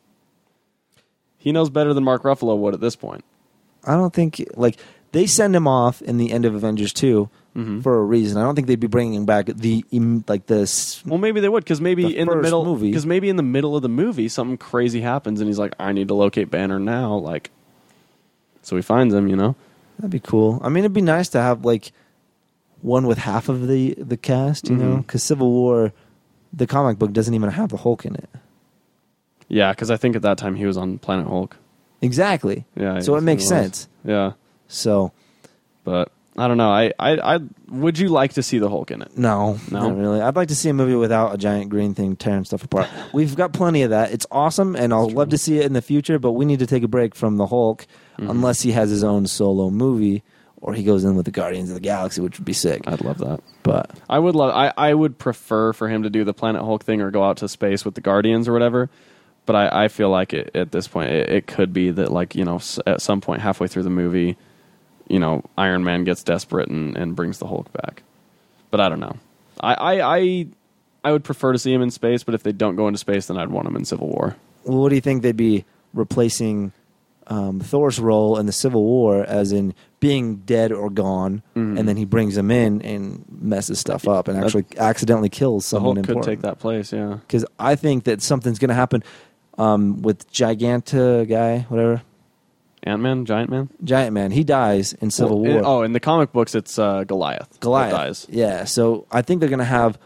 Speaker 2: he knows better than Mark Ruffalo would at this point.
Speaker 1: I don't think like they send him off in the end of Avengers 2 for a reason. I don't think they'd be bringing back the im- like this.
Speaker 2: Well, maybe they would, because maybe
Speaker 1: The
Speaker 2: in the
Speaker 1: first
Speaker 2: middle,
Speaker 1: movie.
Speaker 2: because maybe in the middle of the movie, something crazy happens, and he's like, "I need to locate Banner now." Like, so he finds him. You know,
Speaker 1: That'd be cool. I mean, it'd be nice to have like one with half of the the cast, you know? 'Cause know, because Civil War, the comic book doesn't even have the Hulk in it.
Speaker 2: yeah, because I think at that time he was on Planet Hulk.
Speaker 1: Exactly.
Speaker 2: Yeah,
Speaker 1: So
Speaker 2: he
Speaker 1: it makes
Speaker 2: was.
Speaker 1: sense.
Speaker 2: Yeah,
Speaker 1: So
Speaker 2: but I don't know. I, I, I would you like to see the Hulk in it?
Speaker 1: no,
Speaker 2: No?
Speaker 1: not really. I'd like to see a movie without a giant green thing tearing stuff apart. We've got plenty of that. It's awesome, and I'll love to see it in the future. But we need to take a break from the Hulk,
Speaker 2: Mm-hmm.
Speaker 1: unless he has his own solo movie, or he goes in with the Guardians of the Galaxy, which would be sick.
Speaker 2: I'd love that.
Speaker 1: But
Speaker 2: I would love. I, I would prefer for him to do the Planet Hulk thing or go out to space with the Guardians or whatever. But I, I feel like it, at this point, it, it could be that like you know s- at some point halfway through the movie, you know Iron Man gets desperate and, and brings the Hulk back. But I don't know. I, I I I would prefer to see him in space. But if they don't go into space, then I'd want him in Civil War.
Speaker 1: well, what do you think they'd be replacing um, Thor's role in the Civil War, as in being dead or gone,
Speaker 2: Mm-hmm.
Speaker 1: and then he brings him in and messes stuff up, and actually accidentally kills
Speaker 2: The
Speaker 1: someone
Speaker 2: Hulk
Speaker 1: important?
Speaker 2: could take that place. Yeah.
Speaker 1: because I think that something's going to happen um, with Giganta guy, whatever
Speaker 2: Ant Man, Giant Man,
Speaker 1: Giant Man. He dies in Civil
Speaker 2: Well,
Speaker 1: War.
Speaker 2: in- oh, in the comic books, it's uh, Goliath. that
Speaker 1: Goliath
Speaker 2: dies.
Speaker 1: Yeah, so I think they're going to have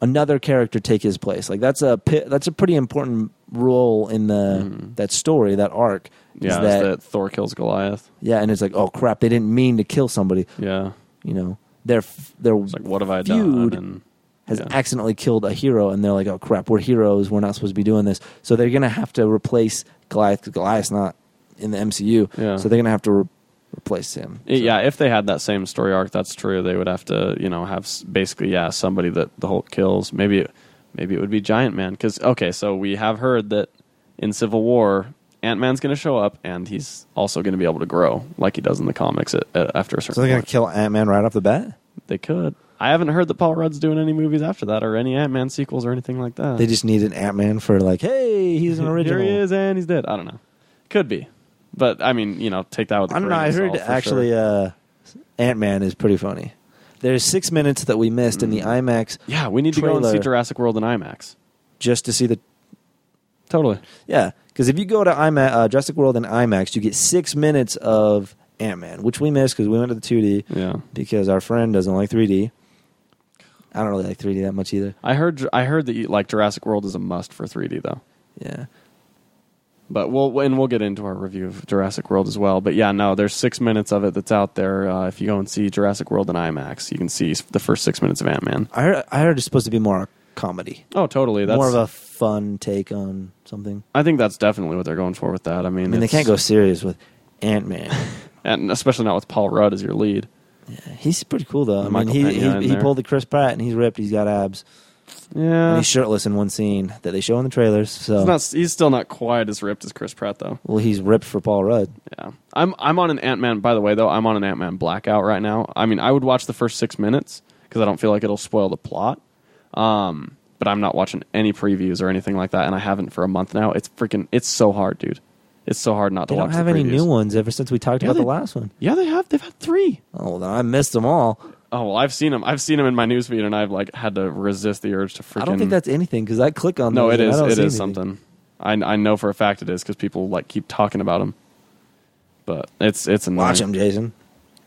Speaker 1: another character take his place. Like that's a pi- that's a pretty important role in the that story, that arc. is
Speaker 2: Mm-hmm. Yeah,
Speaker 1: that-
Speaker 2: that, that Thor kills Goliath.
Speaker 1: yeah, and it's like, oh crap, they didn't mean to kill somebody.
Speaker 2: Yeah,
Speaker 1: You know, their f- their
Speaker 2: it's like what have I
Speaker 1: Feud.
Speaker 2: done? And
Speaker 1: has
Speaker 2: yeah.
Speaker 1: accidentally killed a hero, and they're like, oh crap, we're heroes, we're not supposed to be doing this. So they're gonna have to replace Goliath. 'cause Goliath's not in the MCU,
Speaker 2: Yeah.
Speaker 1: so they're gonna have to re- replace him. So-
Speaker 2: yeah, if they had that same story arc, that's true. They would have to, you know, have s- basically, yeah, somebody that the Hulk kills. Maybe, it- maybe it would be Giant Man. Because okay, so we have heard that in Civil War, Ant Man's going to show up, and he's also going to be able to grow like he does in the comics at, at, after a certain.
Speaker 1: So they're gonna
Speaker 2: point.
Speaker 1: kill Ant Man right off the bat.
Speaker 2: They could. I haven't heard that Paul Rudd's doing any movies after that, or any Ant Man sequels, or anything like that.
Speaker 1: They just need an Ant Man for like, hey, he's an original.
Speaker 2: Here he is, and he's dead. I don't know. Could be, but I mean, you know, take that with. A
Speaker 1: I don't know. I
Speaker 2: grain of
Speaker 1: heard
Speaker 2: salt for
Speaker 1: actually
Speaker 2: sure.
Speaker 1: uh, Ant Man is pretty funny. There's six minutes that we missed in the
Speaker 2: Mm.
Speaker 1: IMAX
Speaker 2: yeah, we need to go and see
Speaker 1: trailer.
Speaker 2: Jurassic World in IMAX.
Speaker 1: just to see the
Speaker 2: Totally.
Speaker 1: yeah. Because if you go to IMAX, uh, Jurassic World in IMAX, you get six minutes of Ant Man, which we missed because we went to the 2D
Speaker 2: Yeah.
Speaker 1: because our friend doesn't like 3D. I don't really like 3D that much either.
Speaker 2: I heard. I heard that you, like Jurassic World is a must for 3D though.
Speaker 1: Yeah,
Speaker 2: But we'll and we'll get into our review of Jurassic World as well. But yeah, no, there's six minutes of it that's out there. Uh, if you go and see Jurassic World in IMAX, you can see s- the first six minutes of Ant Man.
Speaker 1: I heard I heard it's supposed to be more a comedy,
Speaker 2: Oh, totally. That's
Speaker 1: more of a fun take on something.
Speaker 2: I think that's definitely what they're going for with that. I mean,
Speaker 1: I mean, they
Speaker 2: it's-
Speaker 1: can't go serious with Ant Man.
Speaker 2: and especially not with Paul Rudd as your lead.
Speaker 1: He's pretty cool though. I mean,
Speaker 2: Michael
Speaker 1: he
Speaker 2: Pena in
Speaker 1: he, he
Speaker 2: there.
Speaker 1: pulled the Chris Pratt and he's ripped. He's got abs.
Speaker 2: Yeah,
Speaker 1: and he's shirtless in one scene that they show in the trailers. So
Speaker 2: He's not. He's still not quite as ripped as Chris Pratt, though.
Speaker 1: well, he's ripped for Paul Rudd.
Speaker 2: Yeah, I'm. I'm on an Ant Man. By the way, though, I'm on an Ant Man blackout right now. I mean, I would watch the first six minutes because I don't feel like it'll spoil the plot. Um, but I'm not watching any previews or anything like that, and I haven't for a month now. It's freaking. It's so hard, dude. It's so hard not
Speaker 1: They
Speaker 2: to watch.
Speaker 1: don't have
Speaker 2: the
Speaker 1: any
Speaker 2: previews.
Speaker 1: new ones ever since we talked
Speaker 2: Yeah,
Speaker 1: about
Speaker 2: they-
Speaker 1: the last one.
Speaker 2: Yeah, they have. They've had three.
Speaker 1: Oh, then I missed them all.
Speaker 2: Oh well, I've seen them. I've seen them in my newsfeed, and I've like had to resist the urge to freaking.
Speaker 1: I don't think that's anything because I click on.
Speaker 2: No,
Speaker 1: those
Speaker 2: it
Speaker 1: and I
Speaker 2: is. It
Speaker 1: don't
Speaker 2: is
Speaker 1: see anything.
Speaker 2: something. I I know for a fact it is because people like keep talking about them. But it's it's annoying.
Speaker 1: Watch him, Jason.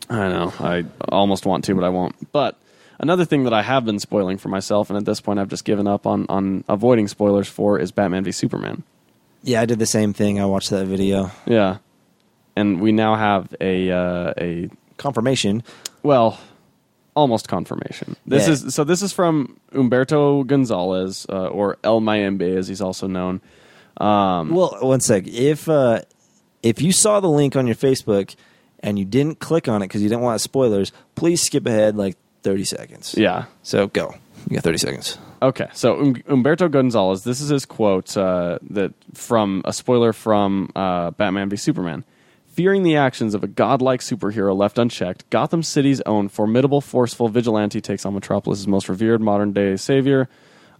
Speaker 2: I know. I almost want to, but I won't. But another thing that I have been spoiling for myself, and at this point I've just given up on on avoiding spoilers for, is Batman v Superman.
Speaker 1: Yeah, I did the same thing. I watched that video.
Speaker 2: Yeah, and we now have a uh, a
Speaker 1: Confirmation.
Speaker 2: well, almost confirmation. This
Speaker 1: Yeah.
Speaker 2: is so. This is from Umberto Gonzalez, uh, or El Mayembe, as he's also known. Um,
Speaker 1: Well, one sec. If uh, if you saw the link on your Facebook and you didn't click on it because you didn't want spoilers, please skip ahead like thirty seconds.
Speaker 2: Yeah,
Speaker 1: So go. You got thirty seconds.
Speaker 2: Okay, so um, Umberto Gonzalez, this is his quote uh, that from a spoiler from uh, Batman v Superman. Fearing the actions of a godlike superhero left unchecked, Gotham City's own formidable, forceful vigilante takes on Metropolis' most revered modern day savior.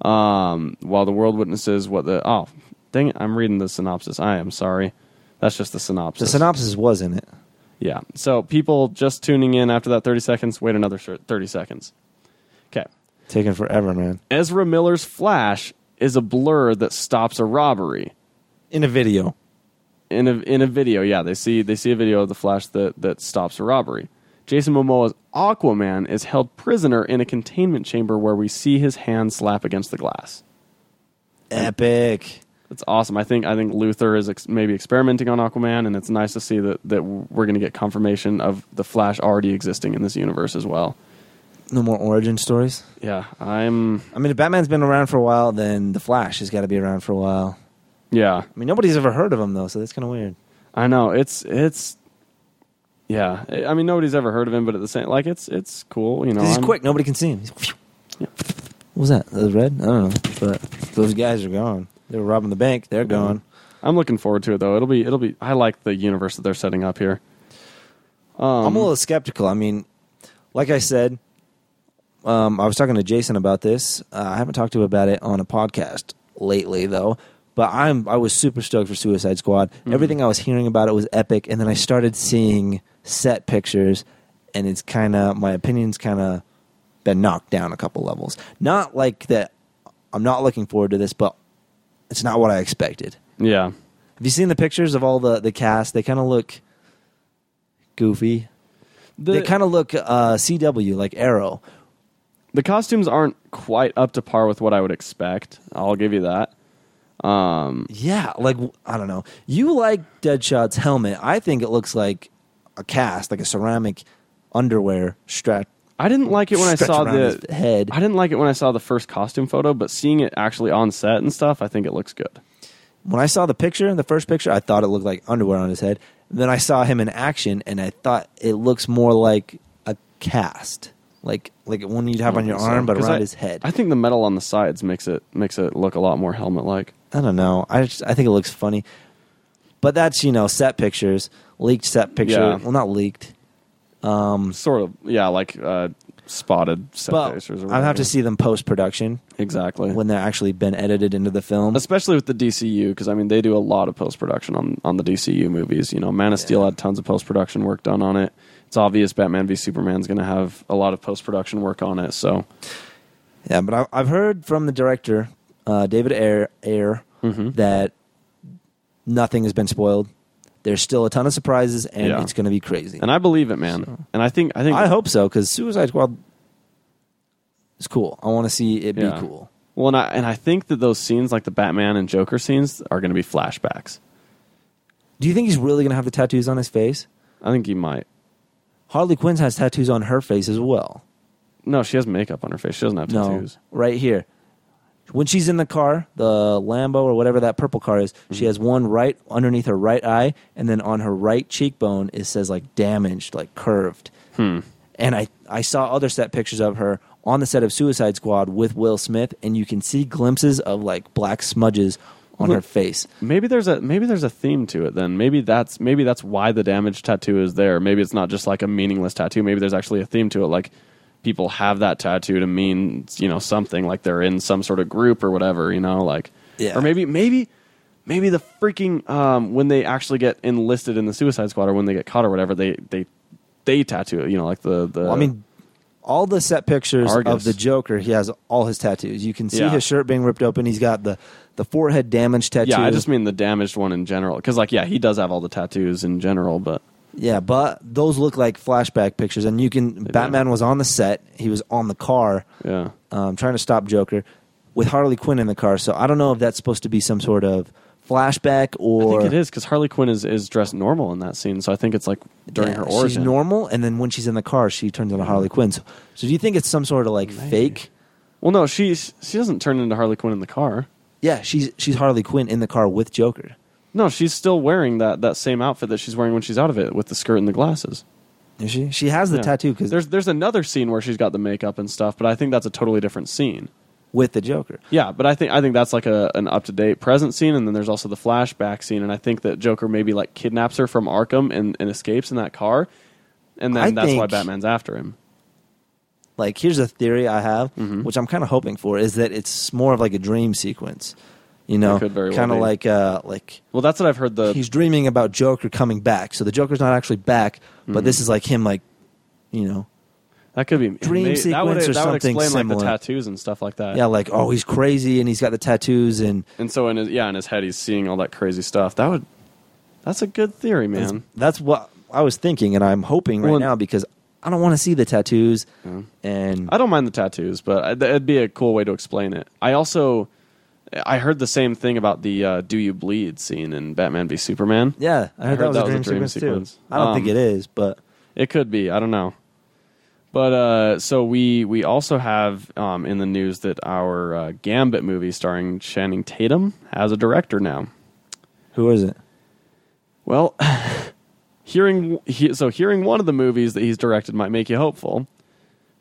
Speaker 2: Um, while the world witnesses what the oh, dang it, I'm reading the synopsis. I am sorry, that's just the
Speaker 1: The
Speaker 2: synopsis.
Speaker 1: synopsis was in it.
Speaker 2: Yeah. So people just tuning in after that 30 seconds, wait another sh- 30 seconds. Okay.
Speaker 1: Taking forever, man.
Speaker 2: Ezra Miller's flash is a blur that stops a robbery.
Speaker 1: In a video.
Speaker 2: In a in a video, yeah, they see they see a video of the flash that, that stops a robbery. Jason Momoa's Aquaman is held prisoner in a containment chamber where we see his hand slap against the glass.
Speaker 1: Epic.
Speaker 2: That's awesome. I think I think Luther is ex- maybe experimenting on Aquaman, and it's nice to see that that we're going to get confirmation of the Flash already existing in this universe as well.
Speaker 1: No more origin stories.
Speaker 2: Yeah, I'm.
Speaker 1: I mean, if Batman's been around for a while, then The Flash has got to be around for a while.
Speaker 2: Yeah,
Speaker 1: I mean, nobody's ever heard of him though, so that's kind of weird.
Speaker 2: I know it's it's yeah. I I mean, nobody's ever heard of him, but at the same, like it's it's cool. You know,
Speaker 1: 'Cause he's
Speaker 2: I'm-
Speaker 1: quick, nobody can see him. He's- What was that? That was red? I don't know. But those guys are gone. They were robbing the bank. They're
Speaker 2: Mm-hmm.
Speaker 1: gone.
Speaker 2: I'm looking forward to it though. It'll be it'll be. I like the universe that they're setting up here.
Speaker 1: I'm a little skeptical. I mean, like I said, um, I was talking to Jason about this. Uh, I haven't talked to him about it on a podcast lately, though. But I'm I was super stoked for Suicide Squad. Everything I was hearing about it was epic, and then I started seeing set pictures, and it's kind of my opinion's kind of been knocked down a couple levels. Not like that. I'm not looking forward to this, but it's not what I expected.
Speaker 2: Yeah,
Speaker 1: Have you seen the pictures of all the the cast? They kind of look goofy
Speaker 2: the,
Speaker 1: they kind of look uh, CW like Arrow,
Speaker 2: The costumes aren't quite up to par with what I would expect. I'll give you that. Um,
Speaker 1: Yeah, like I don't know. You like Deadshot's helmet? I think it looks like a cast, like a ceramic underwear strap.
Speaker 2: I didn't like it when I
Speaker 1: Stretch
Speaker 2: saw
Speaker 1: around
Speaker 2: the
Speaker 1: his head.
Speaker 2: I didn't like it when I saw the first costume photo, but seeing it actually on set and stuff, I think it looks good.
Speaker 1: When I saw the picture, the first picture, I thought it looked like underwear on his head. Then I saw him in action, and I thought it looks more like a cast, like like one you'd have on your
Speaker 2: I think so.
Speaker 1: arm, but
Speaker 2: 'Cause
Speaker 1: around
Speaker 2: I-
Speaker 1: his head.
Speaker 2: I think the metal on the sides makes it makes it look a lot more helmet like.
Speaker 1: I don't know. I just, I think it looks funny, but that's you know set pictures, leaked set picture.
Speaker 2: Yeah.
Speaker 1: Well, not leaked,
Speaker 2: Sort of, yeah, like uh, spotted set
Speaker 1: but
Speaker 2: pacers or
Speaker 1: I'd have
Speaker 2: whatever.
Speaker 1: to see them post production
Speaker 2: exactly
Speaker 1: when they're actually been edited into the film.
Speaker 2: especially with the DCU because I mean they do a lot of post production on on the DCU movies. You know, Man of Steel had tons of post production work done on it. It's obvious Batman v Superman's going to have a lot of post production work on it. So
Speaker 1: Yeah, but I, I've heard from the director, uh, David Ayer, Ayer
Speaker 2: Mm-hmm.
Speaker 1: that nothing has been spoiled. There's still a ton of surprises, and
Speaker 2: Yeah.
Speaker 1: it's going to be crazy.
Speaker 2: and I believe it, man. And I think I think
Speaker 1: I hope so because Suicide Squad is cool. I want to see it
Speaker 2: Yeah.
Speaker 1: be cool.
Speaker 2: Well, and I, and I think that those scenes, like the Batman and Joker scenes, are going to be flashbacks.
Speaker 1: Do you think he's really going to have the tattoos on his face?
Speaker 2: I think he might.
Speaker 1: Harley Quinn has tattoos on her face as well.
Speaker 2: No, she has makeup on her face. She doesn't have
Speaker 1: No,
Speaker 2: tattoos.
Speaker 1: right here. When she's in the car, the Lambo or whatever that purple car is,
Speaker 2: Mm-hmm.
Speaker 1: she has one right underneath her right eye, and then on her right cheekbone it says like damaged, like curved.
Speaker 2: Hmm.
Speaker 1: And I I saw other set pictures of her on the set of Suicide Squad with Will Smith, and you can see glimpses of like black smudges on her
Speaker 2: Look.
Speaker 1: face.
Speaker 2: Maybe there's a maybe there's a theme to it. Then maybe that's maybe that's why the damaged tattoo is there. Maybe it's not just like a meaningless tattoo. Maybe there's actually a theme to it. Like people have that tattoo to mean you know something. Like they're in some sort of group or whatever. You know, like
Speaker 1: Yeah.
Speaker 2: or maybe maybe maybe the freaking um, when they actually get enlisted in the Suicide Squad or when they get caught or whatever they they they tattoo it. You know, like the the
Speaker 1: Well, I mean, all the set pictures
Speaker 2: Uh, Argus.
Speaker 1: of the Joker, he has all his tattoos. You can see
Speaker 2: Yeah.
Speaker 1: his shirt being ripped open. He's got the the forehead damage tattoo.
Speaker 2: Yeah, I just mean the damaged one in general. Because, like, yeah, he does have all the tattoos in general, but
Speaker 1: Yeah, but those look like flashback pictures, and you can. Batman was on the set. He was on the car,
Speaker 2: yeah.
Speaker 1: um, trying to stop Joker, with Harley Quinn in the car. So I don't know if that's supposed to be some sort of flashback
Speaker 2: I
Speaker 1: or
Speaker 2: think it is because Harley Quinn is, is dressed normal in that scene, so I think it's like during
Speaker 1: Yeah,
Speaker 2: her origin.
Speaker 1: She's normal, and then when she's in the car, she turns into Harley Quinn. So, so do you think it's some sort of like fake?
Speaker 2: Well, no, she she doesn't turn into Harley Quinn in the car.
Speaker 1: Yeah, she's she's Harley Quinn in the car with Joker.
Speaker 2: No, she's still wearing that, that same outfit that she's wearing when she's out of it with the skirt and the glasses.
Speaker 1: Is she? She has the
Speaker 2: Yeah.
Speaker 1: tattoo because
Speaker 2: there's there's another scene where she's got the makeup and stuff, but I think that's a totally different scene.
Speaker 1: with the Joker.
Speaker 2: Yeah, but I think I think that's like a an up to date present scene, and then there's also the flashback scene, and I think that Joker maybe like kidnaps her from Arkham and, and escapes in that car, and then
Speaker 1: I
Speaker 2: that's why
Speaker 1: think-
Speaker 2: Batman's after him.
Speaker 1: like here's a theory I have, which I'm kind of hoping for, is that it's more of like a dream sequence. You know,
Speaker 2: could
Speaker 1: kind
Speaker 2: very
Speaker 1: of
Speaker 2: well be.
Speaker 1: like uh, like
Speaker 2: Well, that's what I've heard. The
Speaker 1: he's dreaming about Joker coming back. So the Joker's not actually back, but this is like him, like you know,
Speaker 2: that could be
Speaker 1: dream
Speaker 2: may- that would,
Speaker 1: sequence or
Speaker 2: that would
Speaker 1: something
Speaker 2: explain like
Speaker 1: similar.
Speaker 2: the tattoos and stuff like that.
Speaker 1: yeah, like oh he's crazy and he's got the tattoos and
Speaker 2: and so in his yeah in his head he's seeing all that crazy stuff. That would that's a good theory, man.
Speaker 1: that's what I was thinking and I'm hoping right
Speaker 2: Well,
Speaker 1: now because I don't want to see the tattoos and
Speaker 2: I don't mind the tattoos, but I- th- it'd be a cool way to explain it. I also I heard the same thing about the uh, "Do You Bleed" scene in Batman v Superman.
Speaker 1: yeah, I heard, that, was, a dream sequence, too. I don't
Speaker 2: Um,
Speaker 1: think it is, but
Speaker 2: It could be. I don't know. But uh, so we we also have um, in the news that our uh, Gambit movie starring Channing Tatum has a director now.
Speaker 1: who is it?
Speaker 2: Well, hearing he, so hearing one of the movies that he's directed might make you hopeful,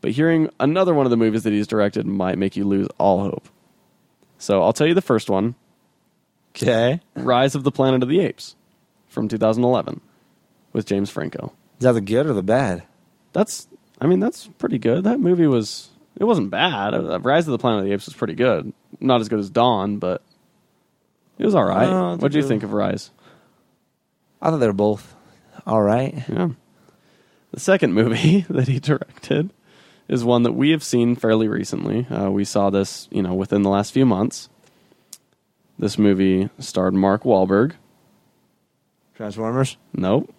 Speaker 2: but hearing another one of the movies that he's directed might make you lose all hope. So I'll tell you the first one:
Speaker 1: Okay,
Speaker 2: Rise of the Planet of the Apes from 2011 with James Franco.
Speaker 1: is that the good or the bad?
Speaker 2: that's I mean that's pretty good. That movie was it wasn't bad. Uh, Rise of the Planet of the Apes was pretty good. Not as good as Dawn, but it was all right.
Speaker 1: No, I
Speaker 2: what do you
Speaker 1: think it-
Speaker 2: think of Rise?
Speaker 1: I thought they were both all right.
Speaker 2: Yeah. The second movie that he directed is one that we have seen fairly recently. Uh, we saw this, you know, within the last few months. This movie starred Mark Wahlberg.
Speaker 1: Transformers.
Speaker 2: Nope.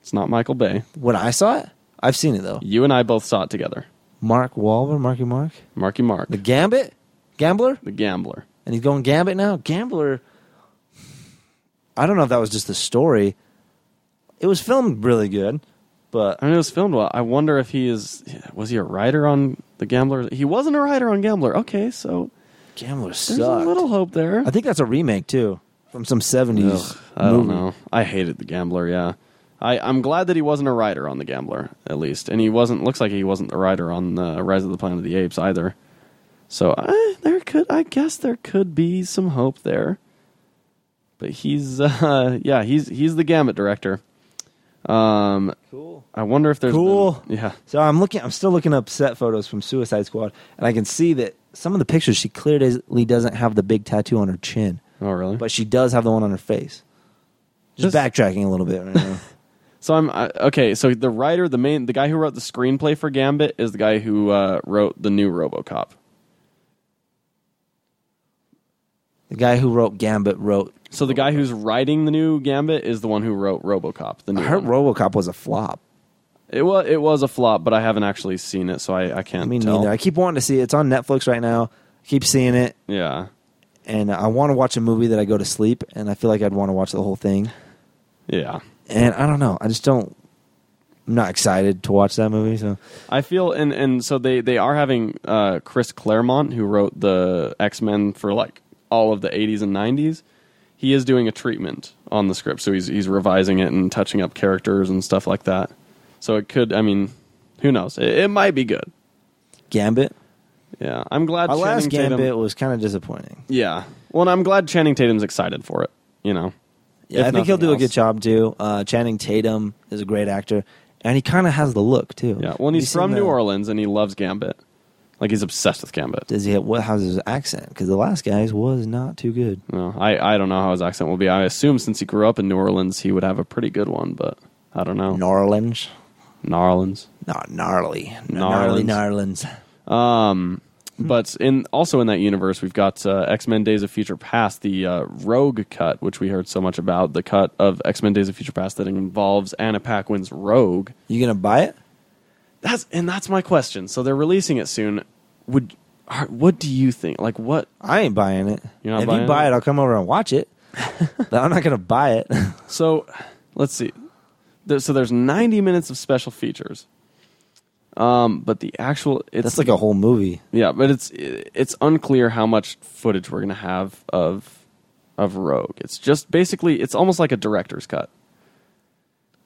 Speaker 2: It's not Michael Bay.
Speaker 1: When I saw it, I've seen it though.
Speaker 2: You and I both saw it together.
Speaker 1: Mark Wahlberg, Marky Mark,
Speaker 2: Marky Mark,
Speaker 1: the Gambit, Gambler,
Speaker 2: the gambler.
Speaker 1: and he's going Gambit now. Gambler. I don't know if that was just the story. It was filmed really good, but
Speaker 2: I mean, it was filmed well. I wonder if he is. Was he a writer on The Gambler? He wasn't a writer on Gambler. Okay, so
Speaker 1: Gambler
Speaker 2: there's
Speaker 1: sucked.
Speaker 2: a little hope there.
Speaker 1: I think that's a remake too from some seventies.
Speaker 2: Ugh, I don't know. I hated The Gambler. Yeah, I, I'm glad that he wasn't a writer on The Gambler at least, and he wasn't. Looks like he wasn't the writer on uh, Rise of the Planet of the Apes either. So I, there could, I guess, there could be some hope there. But he's, uh, yeah, he's he's the Gambit director. Um,
Speaker 1: Cool.
Speaker 2: I wonder if there's been-
Speaker 1: Cool.
Speaker 2: yeah.
Speaker 1: So I'm looking. I'm still looking up set photos from Suicide Squad, and I can see that some of the pictures she clearly doesn't have the big tattoo on her chin,
Speaker 2: Oh really?
Speaker 1: but she does have the one on her face. Just,
Speaker 2: Just-
Speaker 1: backtracking a little bit right now.
Speaker 2: So I'm I, okay. So the writer, the main, the guy who wrote the screenplay for Gambit is the guy who uh, wrote the new RoboCop.
Speaker 1: the guy who wrote Gambit wrote.
Speaker 2: So the guy who's writing the new Gambit is the one who wrote RoboCop. The new
Speaker 1: I heard
Speaker 2: one.
Speaker 1: RoboCop was a flop.
Speaker 2: it was it was a flop, but I haven't actually seen it, so I, I
Speaker 1: I
Speaker 2: can't
Speaker 1: mean,
Speaker 2: tell.
Speaker 1: neither. I keep wanting to see it. It's on Netflix right now. I keep seeing it,
Speaker 2: yeah,
Speaker 1: and I want to watch a movie that I go to sleep, and I feel like I'd want to watch the whole thing.
Speaker 2: yeah.
Speaker 1: And I don't know. I just don't. I'm not excited to watch that movie. So
Speaker 2: I feel and and so they they are having uh, Chris Claremont, who wrote the X Men for like all of the '80s and '90s. He is doing a treatment on the script, so he's he's revising it and touching up characters and stuff like that. So it could, I mean, who knows? It, it might be good.
Speaker 1: Gambit.
Speaker 2: Yeah, I'm glad.
Speaker 1: Our last
Speaker 2: Channing Tatum-
Speaker 1: Gambit was kind of disappointing.
Speaker 2: Yeah. Well, and I'm glad Channing Tatum's excited for it. You know.
Speaker 1: Yeah,
Speaker 2: If
Speaker 1: I think he'll
Speaker 2: nothing
Speaker 1: do a good
Speaker 2: else.
Speaker 1: job too. Uh, Channing Tatum is a great actor, and he kind of has the look too.
Speaker 2: Yeah. Well, and he's
Speaker 1: Have you
Speaker 2: from
Speaker 1: seen
Speaker 2: New
Speaker 1: the-
Speaker 2: Orleans and he loves Gambit. Like he's obsessed with Gambit.
Speaker 1: Does he? Have, what? How's his accent? Because the last guy's was not too good.
Speaker 2: No, I, I don't know how his accent will be. I assume since he grew up in New Orleans, he would have a pretty good one, but I don't know.
Speaker 1: New Orleans,
Speaker 2: New Orleans.
Speaker 1: not gnarly, gnarly,
Speaker 2: Narlins.
Speaker 1: Narlins.
Speaker 2: Um,
Speaker 1: Hmm.
Speaker 2: but in also in that universe, we've got uh, X Men: Days of Future Past, the uh, Rogue cut, which we heard so much about. The cut of X Men: Days of Future Past that involves Anna Paquin's Rogue.
Speaker 1: You gonna buy it?
Speaker 2: That's and that's my question. So they're releasing it soon. Would are- what do you think? Like what?
Speaker 1: I ain't buying it.
Speaker 2: You're not
Speaker 1: if
Speaker 2: buying
Speaker 1: you buy
Speaker 2: it?
Speaker 1: it, I'll come over and watch it. but I'm not gonna buy it.
Speaker 2: So let's see. There, so there's 90 minutes of special features. Um, but the actual it's
Speaker 1: That's like a whole movie.
Speaker 2: yeah, but it's it's unclear how much footage we're gonna have of of Rogue. It's just basically it's almost like a director's cut.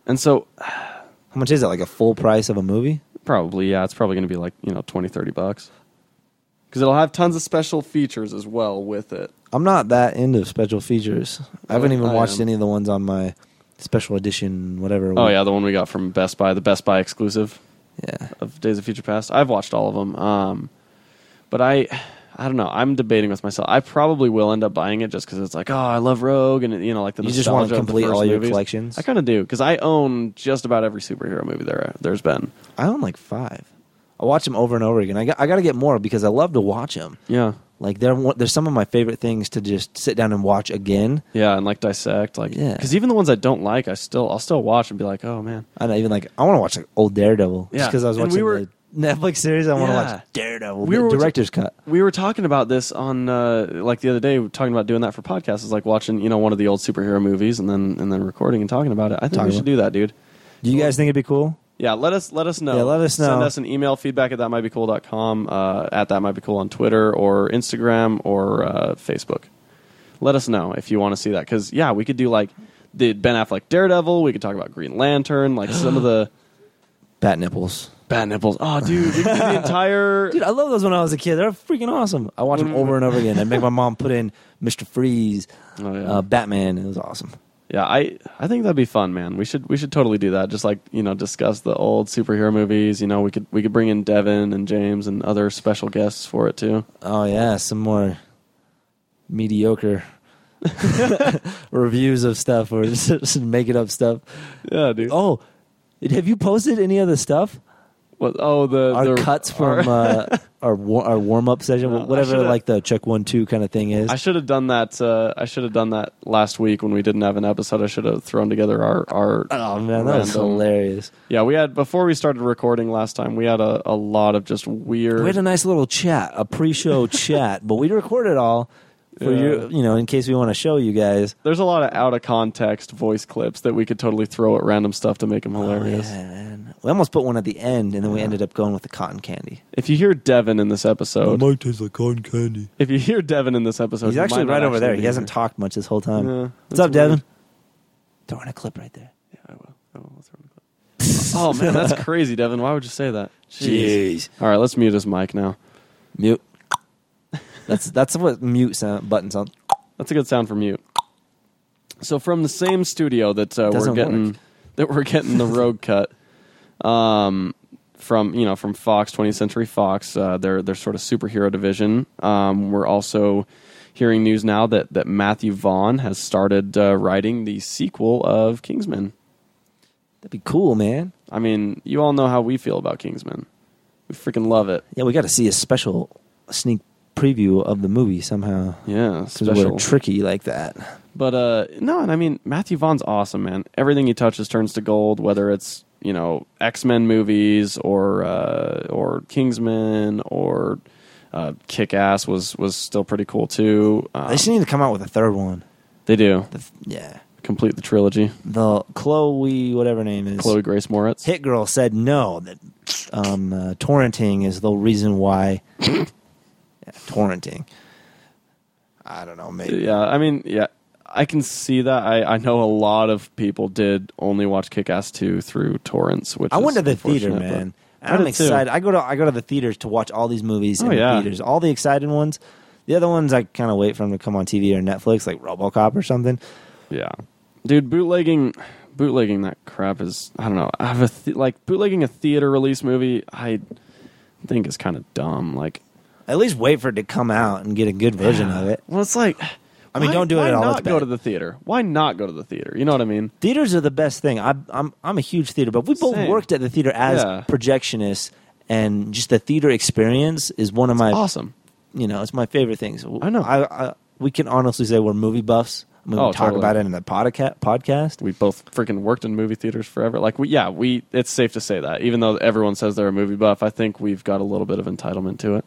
Speaker 2: And so
Speaker 1: How much is it? Like a full price of a movie?
Speaker 2: Probably, yeah. It's probably going to be like, you know, 20, 30 bucks. Because it'll have tons of special features as well with it.
Speaker 1: I'm not that into special features. I haven't even
Speaker 2: I
Speaker 1: watched
Speaker 2: am.
Speaker 1: any of the ones on my special edition, whatever.
Speaker 2: Oh, yeah, the one we got from Best Buy, the Best Buy exclusive
Speaker 1: yeah.
Speaker 2: of Days of Future Past. I've watched all of them. Um, but I, I don't know. I'm debating with myself. I probably will end up buying it just because it's like, oh, I love Rogue, and you know, like the
Speaker 1: You just wanna
Speaker 2: nostalgia of the
Speaker 1: complete
Speaker 2: first
Speaker 1: all your
Speaker 2: movies.
Speaker 1: collections?
Speaker 2: I kind of do because I own just about every superhero movie there there's been.
Speaker 1: I own like five. I watch them over and over again. I got, I got to get more because I love to watch them.
Speaker 2: Yeah,
Speaker 1: Like they're one- they're some of my favorite things to just sit down and watch again.
Speaker 2: yeah, and like dissect, like
Speaker 1: Yeah.
Speaker 2: because even the ones I don't like, I still I'll still watch and be like, oh man,
Speaker 1: I don't even like. I want to watch like old Daredevil just
Speaker 2: Yeah.
Speaker 1: because I was
Speaker 2: And
Speaker 1: watching
Speaker 2: we were-
Speaker 1: the Netflix series. I want to
Speaker 2: Yeah.
Speaker 1: watch Daredevil.
Speaker 2: We
Speaker 1: the
Speaker 2: were watching-
Speaker 1: director's cut.
Speaker 2: we were talking about this on uh, like the other day we were talking about doing that for podcasts is like watching you know one of the old superhero movies and then and then recording and talking about it i think
Speaker 1: Talking
Speaker 2: we should
Speaker 1: about-
Speaker 2: do that dude
Speaker 1: Do you guys think it'd be cool?
Speaker 2: yeah let us let us know
Speaker 1: Yeah, let us know.
Speaker 2: send us an email feedback at that might be cool.com uh, at that might be cool on twitter or instagram or uh, facebook let us know if you want to see that because yeah we could do like the ben affleck daredevil we could talk about green lantern like some of the
Speaker 1: Bat nipples.
Speaker 2: bad nipples oh dude we could do the entire
Speaker 1: Dude, I love those when I was a kid. They're freaking awesome. I watched them over and over again. I'd make my mom put in Mr. Freeze,
Speaker 2: Oh, yeah.
Speaker 1: uh, Batman. It was awesome.
Speaker 2: Yeah, I I think that'd be fun, man. We should we should totally do that. Just like you know, discuss the old superhero movies. You know, we could we could bring in Devin and James and other special guests for it too.
Speaker 1: Oh yeah, some more mediocre reviews of stuff or just, just making up stuff.
Speaker 2: Yeah, dude.
Speaker 1: Oh, have you posted any other stuff?
Speaker 2: What? Oh, the
Speaker 1: our
Speaker 2: the,
Speaker 1: cuts
Speaker 2: our-
Speaker 1: from uh, our war- our warm up session,
Speaker 2: Well, I
Speaker 1: whatever
Speaker 2: should've-
Speaker 1: like the check one two kind of thing is.
Speaker 2: I should have done that. Uh, I should have done that last week when we didn't have an episode. I should have thrown together our our.
Speaker 1: oh man, that was
Speaker 2: random-
Speaker 1: hilarious.
Speaker 2: Yeah, we had before we started recording last time. We had a, a lot of just weird.
Speaker 1: We had a nice little chat, a pre-show chat, but we recorded it all for
Speaker 2: Yeah.
Speaker 1: you, you know, in case we want to show you guys.
Speaker 2: there's a lot of out of context voice clips that we could totally throw at random stuff to make them hilarious.
Speaker 1: Oh, yeah, man. We almost put one at the end, and then we
Speaker 2: Yeah.
Speaker 1: ended up going with the cotton candy.
Speaker 2: If you hear Devin in this episode,
Speaker 3: might taste like cotton candy.
Speaker 2: if you hear Devin in this episode,
Speaker 1: He's
Speaker 2: he
Speaker 1: actually
Speaker 2: might not
Speaker 1: right over
Speaker 2: actually
Speaker 1: there.
Speaker 2: be
Speaker 1: He hasn't
Speaker 2: here.
Speaker 1: talked much this whole time.
Speaker 2: Yeah,
Speaker 1: What's up,
Speaker 2: that's
Speaker 1: Devin?
Speaker 2: weird.
Speaker 1: Throwing a clip right there.
Speaker 2: Yeah, I will. I will throw him a clip. oh man, that's crazy, Devin. Why would you say that? All right, let's mute his mic now.
Speaker 1: mute. That's that's what mute sound button sound.
Speaker 2: That's a good sound for mute. So from the same studio that uh, we're
Speaker 1: Doesn't
Speaker 2: getting
Speaker 1: work.
Speaker 2: that we're getting the road cut um, from, you know, from Fox 20th Century Fox, uh, their their sort of superhero division. Um, we're also hearing news now that that Matthew Vaughn has started uh, writing the sequel of Kingsman.
Speaker 1: That'd be cool, man.
Speaker 2: I mean, you all know how we feel about Kingsman. We freaking love it.
Speaker 1: Yeah, we got to see a special sneak preview of the movie somehow
Speaker 2: Yeah,
Speaker 1: because we're
Speaker 2: special.
Speaker 1: tricky like that.
Speaker 2: But uh, no, and I mean Matthew Vaughn's awesome, man. Everything he touches turns to gold, whether it's you know X Men movies or uh, or Kingsman or uh, Kick Ass was was still pretty cool too. Um,
Speaker 1: they just need to come out with a third one.
Speaker 2: they do
Speaker 1: The, f- yeah,
Speaker 2: complete the trilogy.
Speaker 1: the Chloe whatever her name is
Speaker 2: Chloe Grace Moritz.
Speaker 1: Hit Girl said no that um, uh, torrenting is the reason why. Yeah, torrenting. I don't know. Maybe
Speaker 2: Yeah, I mean, yeah, I can see that. I, I know a lot of people did only watch Kick Ass two through torrents, which
Speaker 1: I
Speaker 2: is
Speaker 1: went to the theater,
Speaker 2: unfortunate, but-
Speaker 1: man.
Speaker 2: I
Speaker 1: I'm
Speaker 2: did too.
Speaker 1: excited. I go to I go to the theaters to watch all these movies in
Speaker 2: Oh,
Speaker 1: the
Speaker 2: yeah.
Speaker 1: theaters. All the excited ones. The other ones I kind of wait for them to come on TV or Netflix, like RoboCop or something.
Speaker 2: Yeah, dude, bootlegging, bootlegging that crap is I don't know. I have a th- like bootlegging a theater release movie. I think is kind of dumb. Like ah,
Speaker 1: At least wait for it to come out and get a good version of it.
Speaker 2: Well, it's like
Speaker 1: I mean,
Speaker 2: why-
Speaker 1: don't do it
Speaker 2: why
Speaker 1: at all.
Speaker 2: Not
Speaker 1: It's
Speaker 2: go
Speaker 1: bad.
Speaker 2: to the theater. Why not go to the theater? You know what I mean?
Speaker 1: Theaters are the best thing. I, I'm I'm a huge theater, but we both
Speaker 2: Same.
Speaker 1: worked at the theater as
Speaker 2: Yeah.
Speaker 1: projectionists, and just the theater experience is one of my
Speaker 2: Awesome.
Speaker 1: you know it's my favorite things.
Speaker 2: I know.
Speaker 1: I, I we can honestly say we're movie buffs. I mean,
Speaker 2: Oh,
Speaker 1: we talk
Speaker 2: totally.
Speaker 1: about it in the podca- podcast.
Speaker 2: We both freaking worked in movie theaters forever. Like we, yeah, we. It's safe to say that. Even though everyone says they're a movie buff, I think we've got a little bit of entitlement to it.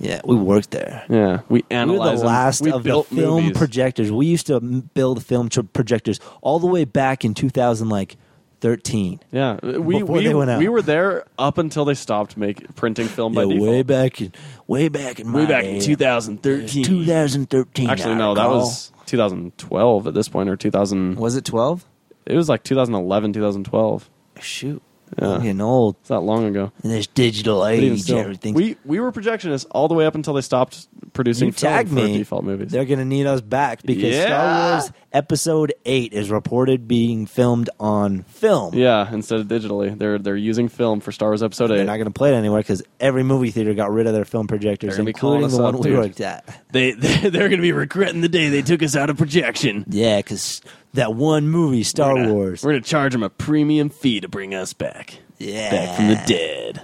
Speaker 1: Yeah, we worked there.
Speaker 2: Yeah, we
Speaker 1: We were
Speaker 2: analyze.
Speaker 1: the
Speaker 2: them.
Speaker 1: last
Speaker 2: we
Speaker 1: of the
Speaker 2: built
Speaker 1: film
Speaker 2: movies.
Speaker 1: projectors. We used to m- build film tr- projectors all the way back in 2000, like 13.
Speaker 2: Yeah, Uh, we
Speaker 1: Before
Speaker 2: we,
Speaker 1: they went out.
Speaker 2: we were there up until they stopped make, printing film by
Speaker 1: Yeah,
Speaker 2: default.
Speaker 1: way back in, way back in my
Speaker 2: Way back
Speaker 1: day.
Speaker 2: in 2013.
Speaker 1: 2013.
Speaker 2: Actually,
Speaker 1: I
Speaker 2: no, that
Speaker 1: recall.
Speaker 2: was 2012 at this point, or 2000.
Speaker 1: was it 12?
Speaker 2: It was like 2011, 2012.
Speaker 1: Shoot,
Speaker 2: Yeah.
Speaker 1: I'm getting old.
Speaker 2: It's that long ago.
Speaker 1: In this digital
Speaker 2: But even
Speaker 1: age,
Speaker 2: still,
Speaker 1: everything.
Speaker 2: we we were projectionists all the way up until they stopped producing
Speaker 1: you
Speaker 2: film
Speaker 1: tagged
Speaker 2: for
Speaker 1: me.
Speaker 2: default movies.
Speaker 1: They're gonna need us back because Star
Speaker 2: Yeah.
Speaker 1: Wars Episode Eight is reported being filmed on film.
Speaker 2: yeah, instead of digitally, they're they're using film for Star Wars Episode
Speaker 1: They're
Speaker 2: Eight.
Speaker 1: not going to play it anywhere because every movie theater got rid of their film projectors,
Speaker 2: They're gonna be calling
Speaker 1: including the one
Speaker 2: us up,
Speaker 1: we
Speaker 2: dude.
Speaker 1: worked at.
Speaker 2: they they're going to be regretting the day they took us out of projection.
Speaker 1: Yeah, because that one movie, Star Wars.
Speaker 2: We're going to charge them a premium fee to bring us back.
Speaker 1: Yeah.
Speaker 2: Back from the dead.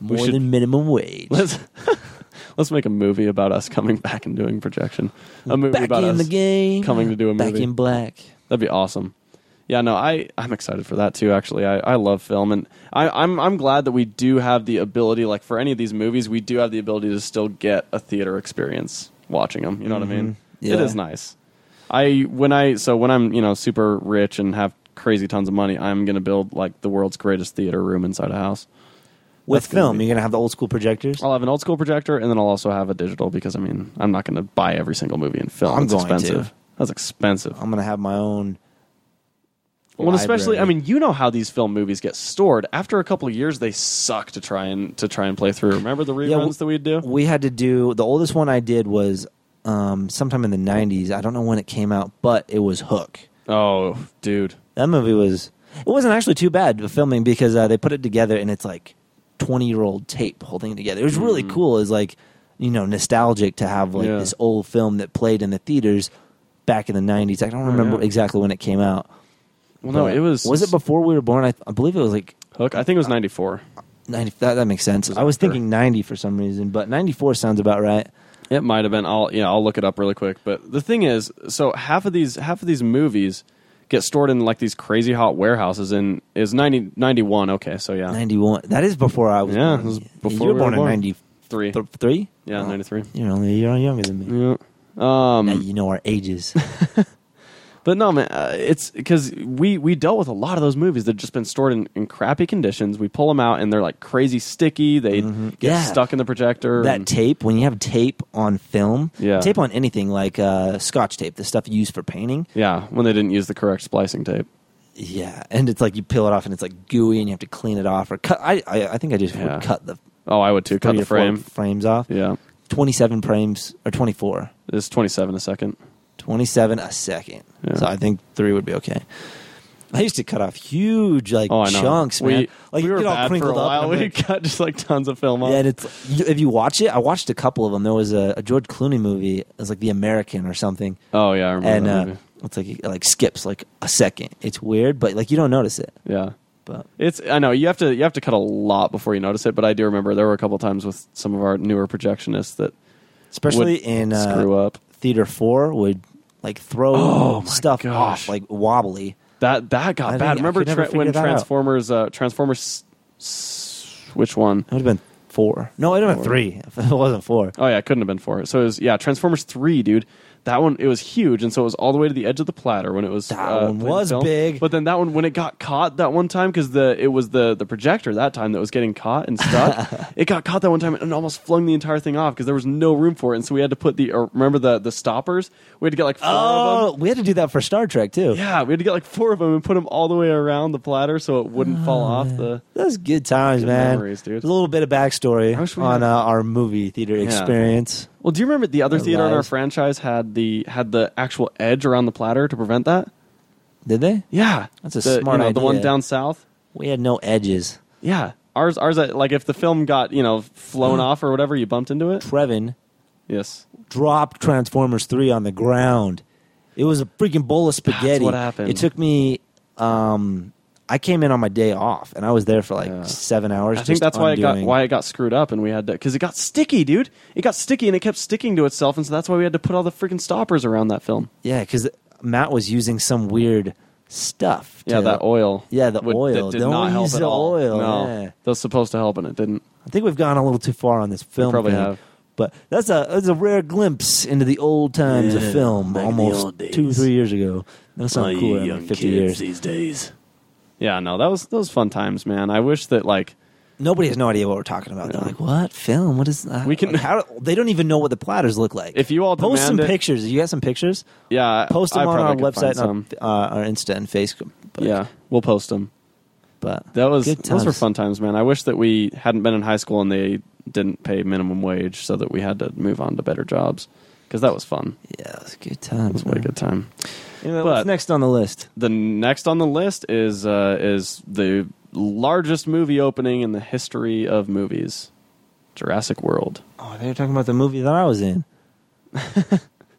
Speaker 1: More
Speaker 2: should-
Speaker 1: than minimum wage.
Speaker 2: Let's let's make a movie about us coming back and doing projection. A movie
Speaker 1: Back
Speaker 2: about
Speaker 1: in
Speaker 2: us
Speaker 1: the game.
Speaker 2: coming to do a
Speaker 1: Back
Speaker 2: movie.
Speaker 1: in black.
Speaker 2: That'd be awesome. Yeah, no, I I'm excited for that too. Actually, I, I love film, and I, I'm I'm glad that we do have the ability. Like for any of these movies, we do have the ability to still get a theater experience watching them. You know what I mean? It
Speaker 1: Mm-hmm. Yeah.
Speaker 2: is nice. I when I so when I'm you know super rich and have crazy tons of money, I'm gonna build like the world's greatest theater room inside a house.
Speaker 1: With
Speaker 2: gonna
Speaker 1: film,
Speaker 2: be-
Speaker 1: you're going to have the Oh. old school projectors.
Speaker 2: I'll have an old school projector, and then I'll also have a digital because I mean I'm not gonna buy every single movie in film.
Speaker 1: I'm
Speaker 2: it's
Speaker 1: going to.
Speaker 2: expensive. That's expensive.
Speaker 1: I'm going to have my own.
Speaker 2: Well, especially, I
Speaker 1: library.
Speaker 2: mean, you know how these film movies get stored. After a couple of years, they suck to try and to try and play through. Remember the reruns
Speaker 1: Yeah, w-
Speaker 2: that we'd do?
Speaker 1: We had to do the oldest one I did was um, sometime in the 90s. I don't know when it came out, but it was Hook.
Speaker 2: Oh, dude,
Speaker 1: That movie was. It wasn't actually too bad of filming because uh, they put it together and it's like twenty year old tape holding it together. It was really cool. It's like you know nostalgic to have like
Speaker 2: Mm. Yeah.
Speaker 1: this old film that played in the theaters back in the nineties. I don't remember
Speaker 2: yeah.
Speaker 1: exactly when it came out.
Speaker 2: Well, no,
Speaker 1: but-
Speaker 2: it was
Speaker 1: Was it before we were born? I, I believe it was like
Speaker 2: Hook? I think it was '94.
Speaker 1: 90, that, that makes sense.
Speaker 2: Was
Speaker 1: I was
Speaker 2: after.
Speaker 1: thinking 90 for some reason, but 94 sounds about right.
Speaker 2: It might have been. I'll yeah, I'll look it up really quick. But the thing is, so half of these half of these movies get stored in like these crazy hot warehouses. And is 90, 91. Okay, so yeah,
Speaker 1: 91. That is before I was
Speaker 2: Yeah,
Speaker 1: born.
Speaker 2: it was
Speaker 1: You
Speaker 2: before
Speaker 1: were
Speaker 2: we
Speaker 1: born
Speaker 2: were born.
Speaker 1: in
Speaker 2: three.
Speaker 1: 93?
Speaker 2: Yeah,
Speaker 1: Oh,
Speaker 2: ninety three.
Speaker 1: You're only a year younger than me.
Speaker 2: Yeah.
Speaker 1: Now
Speaker 2: Um,
Speaker 1: you know our ages.
Speaker 2: but no, man, uh, it's because we we dealt with a lot of those movies that just been stored in, in crappy conditions. We pull them out and they're like crazy sticky. They get
Speaker 1: Mm-hmm. Yeah.
Speaker 2: stuck in the projector.
Speaker 1: that
Speaker 2: and-
Speaker 1: tape, when you have tape on film,
Speaker 2: Yeah.
Speaker 1: tape on anything like uh, scotch tape, the stuff you use for painting,
Speaker 2: yeah, when they didn't use the correct splicing tape.
Speaker 1: yeah, and it's like you peel it off and it's like gooey and you have to clean it off or cut. I I, I think I just
Speaker 2: Yeah.
Speaker 1: would cut the
Speaker 2: Oh, I would too. Cut
Speaker 1: three
Speaker 2: the
Speaker 1: or four
Speaker 2: frame.
Speaker 1: frames off.
Speaker 2: Yeah,
Speaker 1: Twenty seven frames or twenty four.
Speaker 2: it's twenty seven a second.
Speaker 1: 27 a second.
Speaker 2: Yeah.
Speaker 1: So I think three would be okay. I used to cut off huge like
Speaker 2: Oh, I know.
Speaker 1: chunks,
Speaker 2: we,
Speaker 1: man. like
Speaker 2: we
Speaker 1: you
Speaker 2: were
Speaker 1: get all
Speaker 2: bad for a
Speaker 1: crinkled up.
Speaker 2: while.
Speaker 1: and I'm
Speaker 2: We
Speaker 1: like-
Speaker 2: cut just like tons of film off.
Speaker 1: yeah, and it's you- if you watch it, I watched a couple of them. There was a, a George Clooney movie. It was like The American or something,
Speaker 2: oh yeah, I remember
Speaker 1: and
Speaker 2: that
Speaker 1: uh,
Speaker 2: movie.
Speaker 1: it's like it, like skips like a second. It's weird, but like you don't notice it.
Speaker 2: Yeah,
Speaker 1: But
Speaker 2: it's I know you have to you have to cut a lot before you notice it, but I do remember there were a couple times with some of our newer projectionists that
Speaker 1: especially
Speaker 2: would
Speaker 1: in uh,
Speaker 2: screw up.
Speaker 1: theater four, would like throw
Speaker 2: Oh, my
Speaker 1: stuff
Speaker 2: gosh.
Speaker 1: off like wobbly.
Speaker 2: That that got
Speaker 1: I
Speaker 2: bad.
Speaker 1: think- I
Speaker 2: remember
Speaker 1: could never
Speaker 2: tra- when
Speaker 1: figure that out.
Speaker 2: Transformers uh, Transformers s- s- which one?
Speaker 1: It would have been four. No, it would have been
Speaker 2: Four.
Speaker 1: three. If it wasn't four.
Speaker 2: Oh yeah, it couldn't have been four. So it was yeah, Transformers three, dude. That one it was huge, and so it was all the way to the edge of the platter when it was.
Speaker 1: That
Speaker 2: uh,
Speaker 1: one
Speaker 2: played in
Speaker 1: was
Speaker 2: film.
Speaker 1: big.
Speaker 2: But then that one when it got caught that one time because the it was the the projector that time that was getting caught and stuck. it got caught that one time and almost flung the entire thing off because there was no room for it, and so we had to put the or remember the the stoppers. We had to get like four of
Speaker 1: Oh,
Speaker 2: them.
Speaker 1: we had to do that for Star Trek too.
Speaker 2: Yeah, we had to get like four of them and put them all the way around the platter so it wouldn't fall
Speaker 1: Oh,
Speaker 2: off the.
Speaker 1: Those good times,
Speaker 2: Good
Speaker 1: man.
Speaker 2: memories, dude.
Speaker 1: There's A little bit of backstory
Speaker 2: I wish we
Speaker 1: on
Speaker 2: had-
Speaker 1: uh, our movie theater experience.
Speaker 2: Well, do you remember the other
Speaker 1: Our
Speaker 2: theater in our
Speaker 1: lives.
Speaker 2: franchise had the had the actual edge around the platter to prevent that?
Speaker 1: Did they?
Speaker 2: Yeah,
Speaker 1: That's a
Speaker 2: the,
Speaker 1: smart
Speaker 2: you know, The one
Speaker 1: idea.
Speaker 2: down south.
Speaker 1: We had no edges.
Speaker 2: Yeah, ours ours uh, like if the film got you know flown off or whatever, you bumped into it.
Speaker 1: Trevin
Speaker 2: Yes,
Speaker 1: dropped Transformers 3 on the ground. It was a freaking bowl of spaghetti.
Speaker 2: what happened.
Speaker 1: It took me um I came in on my day off and I was there for like
Speaker 2: Yeah.
Speaker 1: 7 hours
Speaker 2: I think
Speaker 1: just
Speaker 2: that's why it got
Speaker 1: undoing-
Speaker 2: why it got screwed up, and we had to because it got sticky, dude. It got sticky and it kept sticking to itself, and so that's why we had to put all the freaking stoppers around that film.
Speaker 1: Yeah, cuz Matt was using some weird stuff.
Speaker 2: Yeah,
Speaker 1: to-
Speaker 2: that oil.
Speaker 1: Yeah, the
Speaker 2: would-
Speaker 1: oil.
Speaker 2: That did
Speaker 1: Don't
Speaker 2: not help
Speaker 1: use
Speaker 2: at
Speaker 1: the
Speaker 2: all.
Speaker 1: oil,
Speaker 2: No,
Speaker 1: yeah.
Speaker 2: that was supposed to help, and it didn't.
Speaker 1: I think we've gone a little too far on this film.
Speaker 2: probably
Speaker 1: thing,
Speaker 2: have.
Speaker 1: But that's a that's a rare glimpse into the old times of film,
Speaker 3: back in the
Speaker 1: almost
Speaker 3: old days.
Speaker 1: two three years ago. That
Speaker 3: All
Speaker 1: sounds
Speaker 3: you
Speaker 1: cool.
Speaker 3: young
Speaker 1: Oh, Young Fifty
Speaker 3: kids
Speaker 1: years.
Speaker 3: these days.
Speaker 2: Yeah, no, that was those fun times, man. I wish that like
Speaker 1: Nobody has no idea what we're talking about. They're like, "What film? What is that?"
Speaker 2: We can-
Speaker 1: Like, how they don't even know what the platters look like.
Speaker 2: If you all
Speaker 1: post some
Speaker 2: demand it-
Speaker 1: pictures, you got some pictures.
Speaker 2: yeah, I-
Speaker 1: Post
Speaker 2: I
Speaker 1: them on our
Speaker 2: probably could find
Speaker 1: website,
Speaker 2: some.
Speaker 1: and our, uh, our Insta and Facebook. But,
Speaker 2: yeah, we'll post them.
Speaker 1: but
Speaker 2: That was
Speaker 1: good
Speaker 2: those were
Speaker 1: times.
Speaker 2: fun times, man. I wish that we hadn't been in high school and they didn't pay minimum wage, so that we had to move on to better jobs because that was fun.
Speaker 1: Yeah, it was good
Speaker 2: It was
Speaker 1: times.
Speaker 2: a really
Speaker 1: man.
Speaker 2: good time.
Speaker 1: Anyway,
Speaker 2: But-
Speaker 1: what's next on the list?
Speaker 2: The next on the list is uh, is the largest movie opening in the history of movies, Jurassic World.
Speaker 1: Oh, they were talking about the movie that I was in.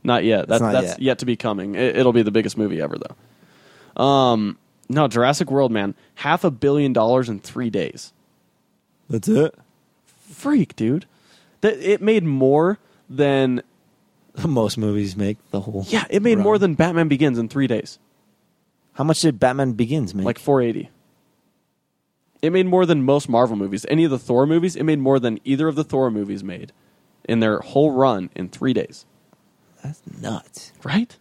Speaker 2: Not yet. That's
Speaker 1: not
Speaker 2: that's yet.
Speaker 1: yet.
Speaker 2: to be coming. It, it'll be the biggest movie ever, though. Um, no, Jurassic World, man, half a billion dollars in three days.
Speaker 1: That's it.
Speaker 2: Freak, dude. That it made more than
Speaker 1: Most movies make the whole.
Speaker 2: yeah, it made
Speaker 1: run.
Speaker 2: more than Batman Begins in three days,
Speaker 1: How much did Batman Begins make?
Speaker 2: like four eighty. It made more than most Marvel movies. Any of the Thor movies, it made more than either of the Thor movies made in their whole run in three days.
Speaker 1: that's nuts.
Speaker 2: Right?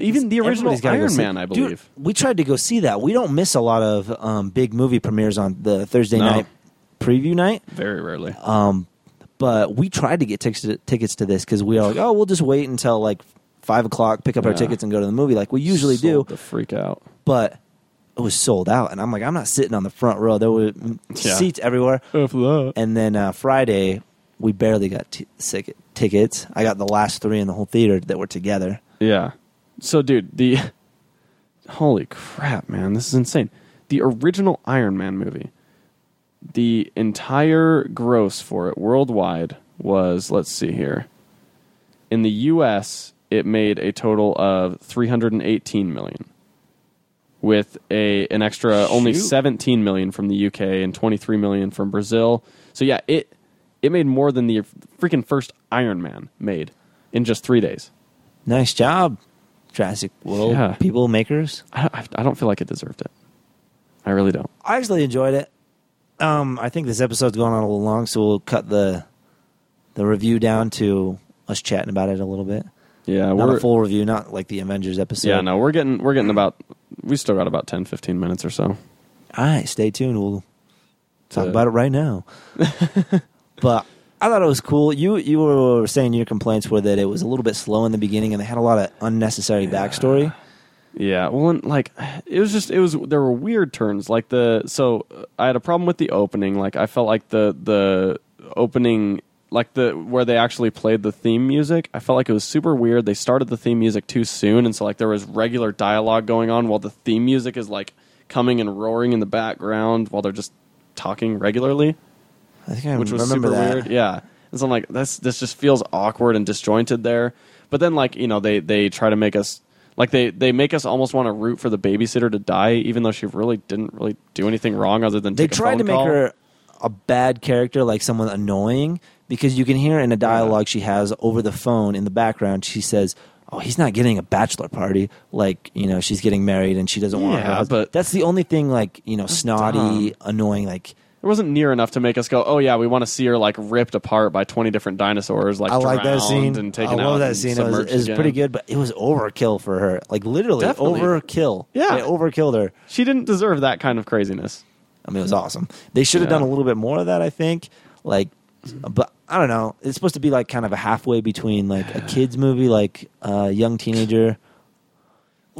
Speaker 2: Even the original
Speaker 1: Everybody's gotta go
Speaker 2: Iron
Speaker 1: see-
Speaker 2: Man, I
Speaker 1: Dude,
Speaker 2: believe.
Speaker 1: we tried to go see that. We don't miss a lot of um, big movie premieres on the Thursday
Speaker 2: No.
Speaker 1: night preview night.
Speaker 2: Very rarely.
Speaker 1: Um, but we tried to get tickets to, tickets to this because we are like, oh, we'll just wait until like five o'clock, pick up our
Speaker 2: Yeah.
Speaker 1: tickets, and go to the movie like we usually do.
Speaker 2: The freak out.
Speaker 1: But it was sold out, and I'm like, I'm not sitting on the front row. There were mm,
Speaker 2: Yeah.
Speaker 1: seats everywhere. And then uh, Friday, we barely got t- sick- tickets. I got the last three in the whole theater that were together.
Speaker 2: Yeah. So, dude, the holy crap, man, this is insane. The original Iron Man movie, the entire gross for it worldwide was let's see here. In the U.S., it made a total of 318 million. with a an extra only
Speaker 1: Shoot.
Speaker 2: 17 million from the UK and 23 million from Brazil. So yeah, it it made more than the freaking first Iron Man made in just 3 days.
Speaker 1: Nice job, Jurassic World
Speaker 2: Yeah.
Speaker 1: people makers.
Speaker 2: I, I, I don't feel like it deserved it. I really don't.
Speaker 1: I actually enjoyed it. Um, I think this episode's going on a little long, so we'll cut the the review down to us chatting about it a little bit.
Speaker 2: Yeah,
Speaker 1: Not
Speaker 2: we're
Speaker 1: a full review, not like the Avengers episode.
Speaker 2: Yeah, no, we're getting we're getting about we still got about 10 15 minutes or so.
Speaker 1: All right, stay tuned. We'll talk
Speaker 2: To-
Speaker 1: about it right now. but I thought it was cool. You you were saying your complaints were that it was a little bit slow in the beginning, and they had a lot of unnecessary backstory.
Speaker 2: Yeah, well, and, like it was just it was there were weird turns like the so uh, I had a problem with the opening. Like I felt like the the opening like the where they actually played the theme music. I felt like it was super weird. They started the theme music too soon, and so like there was regular dialogue going on while the theme music is like coming and roaring in the background while they're just talking regularly
Speaker 1: I think I
Speaker 2: which was
Speaker 1: remember
Speaker 2: super
Speaker 1: that.
Speaker 2: weird. Yeah, and so I'm like, this this just feels awkward and disjointed there. But then like you know they they try to make us like they they make us almost want to root for the babysitter to die, even though she really didn't really do anything wrong other than
Speaker 1: They
Speaker 2: take a
Speaker 1: tried
Speaker 2: phone
Speaker 1: to make
Speaker 2: call.
Speaker 1: her a bad character, like someone annoying, because you can hear in a dialogue she has over the phone in the background. She says, "Oh, he's not getting a bachelor party. Like you know, she's getting married, and she doesn't want her
Speaker 2: Yeah,
Speaker 1: husband."
Speaker 2: but-
Speaker 1: that's the only thing, like you know, snotty, annoying, like.
Speaker 2: It wasn't near enough to make us go, oh yeah, we want to see her like ripped apart by twenty different dinosaurs, like
Speaker 1: I like that
Speaker 2: drowned
Speaker 1: scene.
Speaker 2: and taken
Speaker 1: I
Speaker 2: out.
Speaker 1: love that
Speaker 2: and
Speaker 1: scene. It was,
Speaker 2: submerged
Speaker 1: it was
Speaker 2: again.
Speaker 1: pretty good, but it was overkill for her. Like literally
Speaker 2: Definitely.
Speaker 1: overkill.
Speaker 2: Yeah.
Speaker 1: it overkilled her.
Speaker 2: She didn't deserve that kind of craziness.
Speaker 1: I mean, it was awesome. They should have
Speaker 2: Yeah.
Speaker 1: done a little bit more of that, I think. Like, but I don't know. It's supposed to be like kind of a halfway between like a kids movie, like a young teenager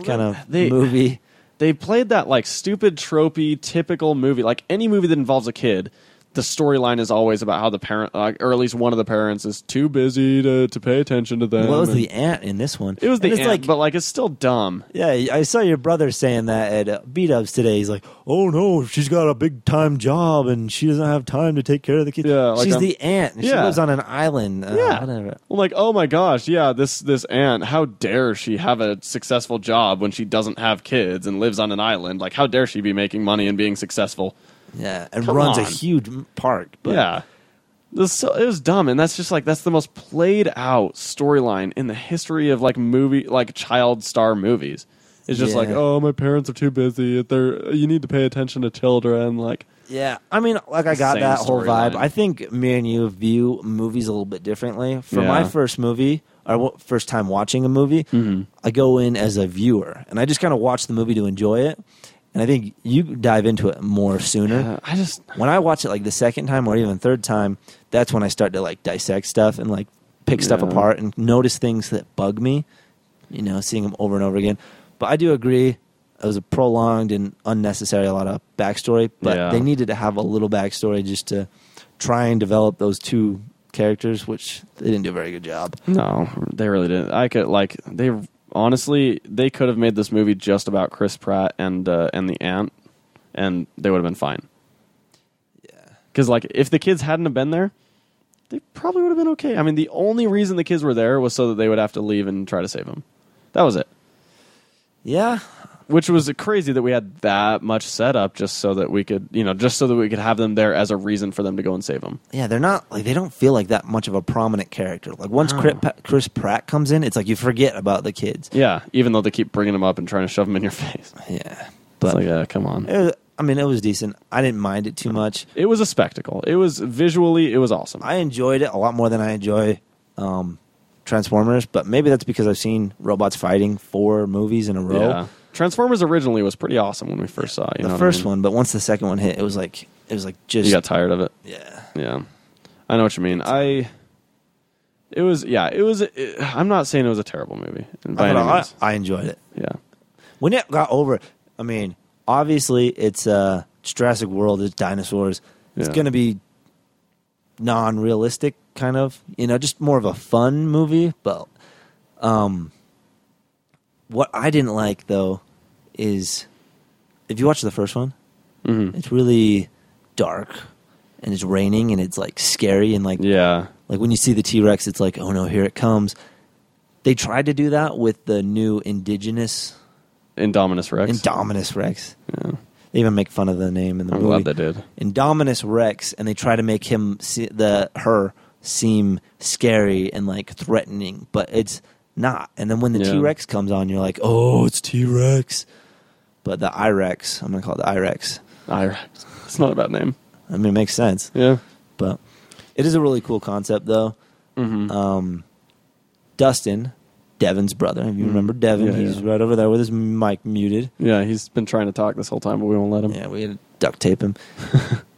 Speaker 1: kind of
Speaker 2: they-
Speaker 1: movie.
Speaker 2: they played that like stupid tropey typical movie like any movie that involves a kid the storyline is always about how the parent like, or at least one of the parents is too busy to, to pay attention to them
Speaker 1: What was
Speaker 2: and-
Speaker 1: the aunt in this one?
Speaker 2: Um, it was the
Speaker 1: And it's
Speaker 2: aunt,
Speaker 1: like-
Speaker 2: but like it's still dumb
Speaker 1: Yeah, I saw your brother saying that at uh, beat ups today. He's like, "Oh no, she's got a big time job and she doesn't have time to take care of the kids."
Speaker 2: Yeah, like
Speaker 1: she's
Speaker 2: I'm-
Speaker 1: the aunt. and She
Speaker 2: Yeah.
Speaker 1: lives on an island. Uh,
Speaker 2: yeah
Speaker 1: whatever.
Speaker 2: i'm like oh my gosh yeah this this aunt how dare she have a successful job when she doesn't have kids and lives on an island like how dare she be making money and being successful
Speaker 1: Yeah, and
Speaker 2: Come
Speaker 1: runs a
Speaker 2: on.
Speaker 1: huge m- park. But
Speaker 2: yeah. It was, so, it was dumb, and that's just like that's the most played out storyline in the history of like movie, like child star movies. It's just like,
Speaker 1: Yeah.
Speaker 2: oh, my parents are too busy. They're you need to pay attention to children. Like,
Speaker 1: Yeah, I mean, like I got
Speaker 2: Same
Speaker 1: that whole vibe.
Speaker 2: storyline.
Speaker 1: I think me and you view movies a little bit differently. For my
Speaker 2: Yeah. Mm-hmm.
Speaker 1: first movie or wa- first time watching a movie, I go in as a viewer and I just kind of watch the movie to enjoy it. And I think you dive into it more sooner.
Speaker 2: uh, I just
Speaker 1: When I watch it like the second time or even third time, that's when I start to like dissect stuff and like pick stuff
Speaker 2: Yeah.
Speaker 1: apart and notice things that bug me. You know, seeing them over and over again. But I do agree. It was a prolonged and unnecessary a lot of backstory, but
Speaker 2: Yeah.
Speaker 1: they needed to have a little backstory just to try and develop those two characters, which they didn't do a very good job.
Speaker 2: no, they really didn't. I could like they honestly they could have made this movie just about Chris Pratt and uh, and the aunt, and they would have been fine.
Speaker 1: Yeah,
Speaker 2: Because like if the kids hadn't have been there, they probably would have been okay. I mean, the only reason the kids were there was so that they would have to leave and try to save them. That was it.
Speaker 1: yeah,
Speaker 2: Which was crazy that we had that much setup just so that we could, you know, just so that we could have them there as a reason for them to go and save them.
Speaker 1: yeah. They're not like they don't feel like that much of a prominent character. Like once Chris Pratt- Chris Pratt comes in, it's like you forget about the kids.
Speaker 2: Yeah, even though they keep bringing them up and trying to shove them in your face.
Speaker 1: Yeah,
Speaker 2: It's
Speaker 1: but
Speaker 2: like, uh, come on.
Speaker 1: It was, I mean, it was decent. I didn't mind it too much.
Speaker 2: It was a spectacle. It was visually, it was awesome.
Speaker 1: I enjoyed it a lot more than I enjoy um, Transformers, but maybe that's because I've seen robots fighting four movies in a row.
Speaker 2: yeah. Transformers originally was pretty awesome when we first saw it.
Speaker 1: the
Speaker 2: You know what I
Speaker 1: first
Speaker 2: mean?
Speaker 1: one, but once the second one hit, it was like it was like just
Speaker 2: You got tired of it.
Speaker 1: yeah.
Speaker 2: Yeah, I know what you mean. I it was yeah, it was. It, I'm not saying it was a terrible movie by
Speaker 1: I,
Speaker 2: any
Speaker 1: don't know, I,
Speaker 2: means.
Speaker 1: I enjoyed it
Speaker 2: Yeah,
Speaker 1: when it got over. I mean, obviously it's uh, it's Jurassic World, it's dinosaurs. It's
Speaker 2: Yeah.
Speaker 1: gonna be non-realistic, kind of. You know, just more of a fun movie. But um, what I didn't like though is if you watch the first one,
Speaker 2: Mm-hmm.
Speaker 1: it's really dark and it's raining and it's like scary and like
Speaker 2: yeah,
Speaker 1: like when you see the T Rex, it's like, oh no, here it comes. They tried to do that with the new indigenous
Speaker 2: Indominus Rex.
Speaker 1: Indominus Rex.
Speaker 2: yeah.
Speaker 1: They even make fun of the name in the
Speaker 2: I'm
Speaker 1: movie.
Speaker 2: glad they did.
Speaker 1: Indominus Rex, and they try to make him se- the her seem scary and like threatening, but it's not. And then when the
Speaker 2: Yeah.
Speaker 1: T Rex comes on, you're like, oh, it's T Rex. But the Irex, I'm gonna call it the Irex.
Speaker 2: Irex. It's not a bad name.
Speaker 1: I mean, it makes sense,
Speaker 2: Yeah.
Speaker 1: but it is a really cool concept, though.
Speaker 2: Mm-hmm.
Speaker 1: Um, Dustin, Devin's brother. If you
Speaker 2: Mm.
Speaker 1: remember Devin,
Speaker 2: Yeah,
Speaker 1: he's
Speaker 2: yeah.
Speaker 1: right over there with his mic muted.
Speaker 2: yeah, he's been trying to talk this whole time, but we won't let him.
Speaker 1: Yeah, we had to duct tape him.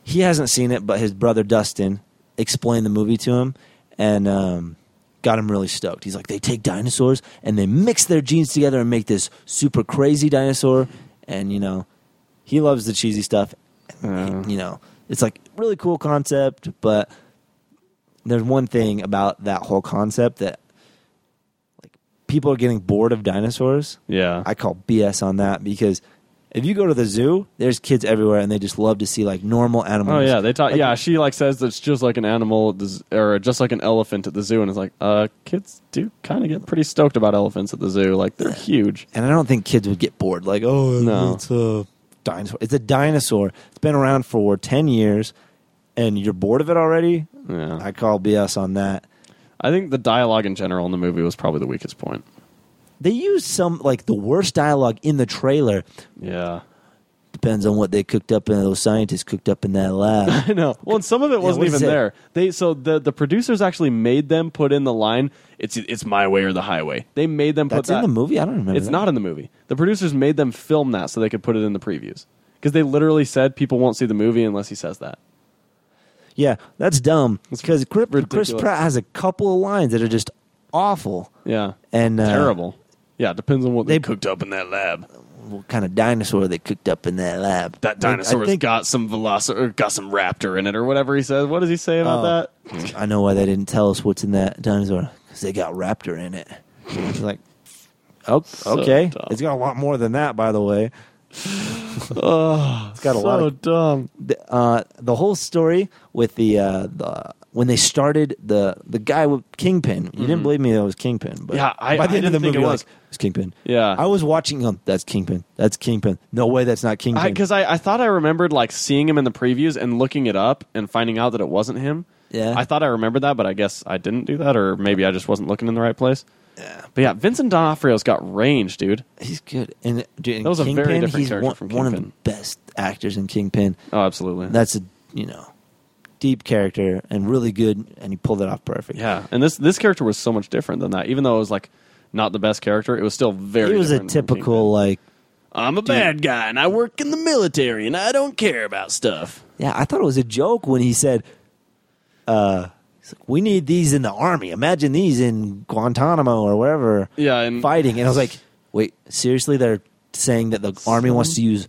Speaker 1: he hasn't seen it, but his brother Dustin explained the movie to him and um, got him really stoked. He's like, they take dinosaurs and they mix their genes together and make this super crazy dinosaur. And, you know, he loves the cheesy stuff.
Speaker 2: Yeah.
Speaker 1: You know, it's like really cool concept, but there's one thing about that whole concept that like people are getting bored of dinosaurs.
Speaker 2: Yeah.
Speaker 1: I call BS on that because if you go to the zoo, there's kids everywhere and they just love to see like normal animals.
Speaker 2: Oh yeah, they talk.
Speaker 1: Like-
Speaker 2: yeah, she like says that it's just like an animal, at the z- or just like an elephant at the zoo, and it's like, uh, kids do kind of get pretty stoked about elephants at the zoo. Like they're huge.
Speaker 1: And I don't think kids would get bored. Like, oh,
Speaker 2: No.
Speaker 1: it's a dinosaur. It's a dinosaur. It's been around for 10 years and you're bored of it already.
Speaker 2: Yeah, I,
Speaker 1: I call BS on that.
Speaker 2: think the dialogue in general in the movie was probably the weakest point.
Speaker 1: They use some, like, the worst dialogue in the trailer.
Speaker 2: Yeah,
Speaker 1: Depends on what they cooked up in, those scientists cooked up in that lab.
Speaker 2: I know. Well, and some of it wasn't
Speaker 1: what
Speaker 2: even
Speaker 1: is it?
Speaker 2: there. They so the the producers actually made them put in the line. It's it's my way or the highway. They made them put
Speaker 1: That's
Speaker 2: that
Speaker 1: in the movie? I don't remember.
Speaker 2: It's
Speaker 1: that.
Speaker 2: not in the movie. The producers made them film that so they could put it in the previews because they literally said people won't see the movie unless he says that.
Speaker 1: Yeah, that's dumb. Because Chris, Chris
Speaker 2: ridiculous.
Speaker 1: Pratt has a couple of lines that are just awful.
Speaker 2: Yeah,
Speaker 1: And uh,
Speaker 2: terrible. Yeah, depends on what they,
Speaker 1: they-
Speaker 2: cooked up in that lab.
Speaker 1: what kind of dinosaur they cooked up in that lab.
Speaker 2: That
Speaker 1: I- I
Speaker 2: dinosaur has
Speaker 1: think-
Speaker 2: got some velocir or got some raptor in it or whatever he says. What does he say about
Speaker 1: Oh.
Speaker 2: that?
Speaker 1: I know why they didn't tell us what's in that dinosaur because they got raptor in it. It's like, oh,
Speaker 2: So
Speaker 1: okay,
Speaker 2: dumb.
Speaker 1: it's got a lot more than that, by the way.
Speaker 2: Oh, it's
Speaker 1: got a
Speaker 2: so
Speaker 1: lot of-
Speaker 2: dumb.
Speaker 1: The, uh, the whole story with the uh, the when they started the the guy with Kingpin. You didn't believe me that it was Kingpin, but
Speaker 2: Mm-hmm. Yeah, I-
Speaker 1: by the
Speaker 2: I
Speaker 1: end of the
Speaker 2: didn't think
Speaker 1: movie,
Speaker 2: it
Speaker 1: you're
Speaker 2: was.
Speaker 1: like, it's Kingpin.
Speaker 2: Yeah.
Speaker 1: I was watching him. That's Kingpin. That's Kingpin. No way, that's not Kingpin.
Speaker 2: Because I, I, thought I remembered like seeing him in the previews and looking it up and finding out that it wasn't him.
Speaker 1: Yeah.
Speaker 2: I thought I remembered that, but I guess I didn't do that, or maybe I just wasn't looking in the right place. Yeah. But yeah, Vincent D'Onofrio's got range, dude.
Speaker 1: He's good. And, dude, and
Speaker 2: That was a very
Speaker 1: Kingpin,
Speaker 2: different
Speaker 1: he's
Speaker 2: character
Speaker 1: one,
Speaker 2: from
Speaker 1: one of the
Speaker 2: Kingpin.
Speaker 1: best actors in Kingpin.
Speaker 2: Oh, absolutely.
Speaker 1: That's a you know deep character and really good, and he pulled it off perfect.
Speaker 2: yeah. And this this character was so much different than that. Even though it was like not the best character, it was still very.
Speaker 1: he was a
Speaker 2: different from
Speaker 1: typical like.
Speaker 2: Kingpin. I'm a bad guy and I work in the military and I don't care about stuff.
Speaker 1: Yeah, I thought it was a joke when he said, "Uh, he's like, we need these in the army. Imagine these in Guantanamo or wherever
Speaker 2: Yeah, and
Speaker 1: fighting." And I was like, "Wait, seriously? They're saying that the army wants to use."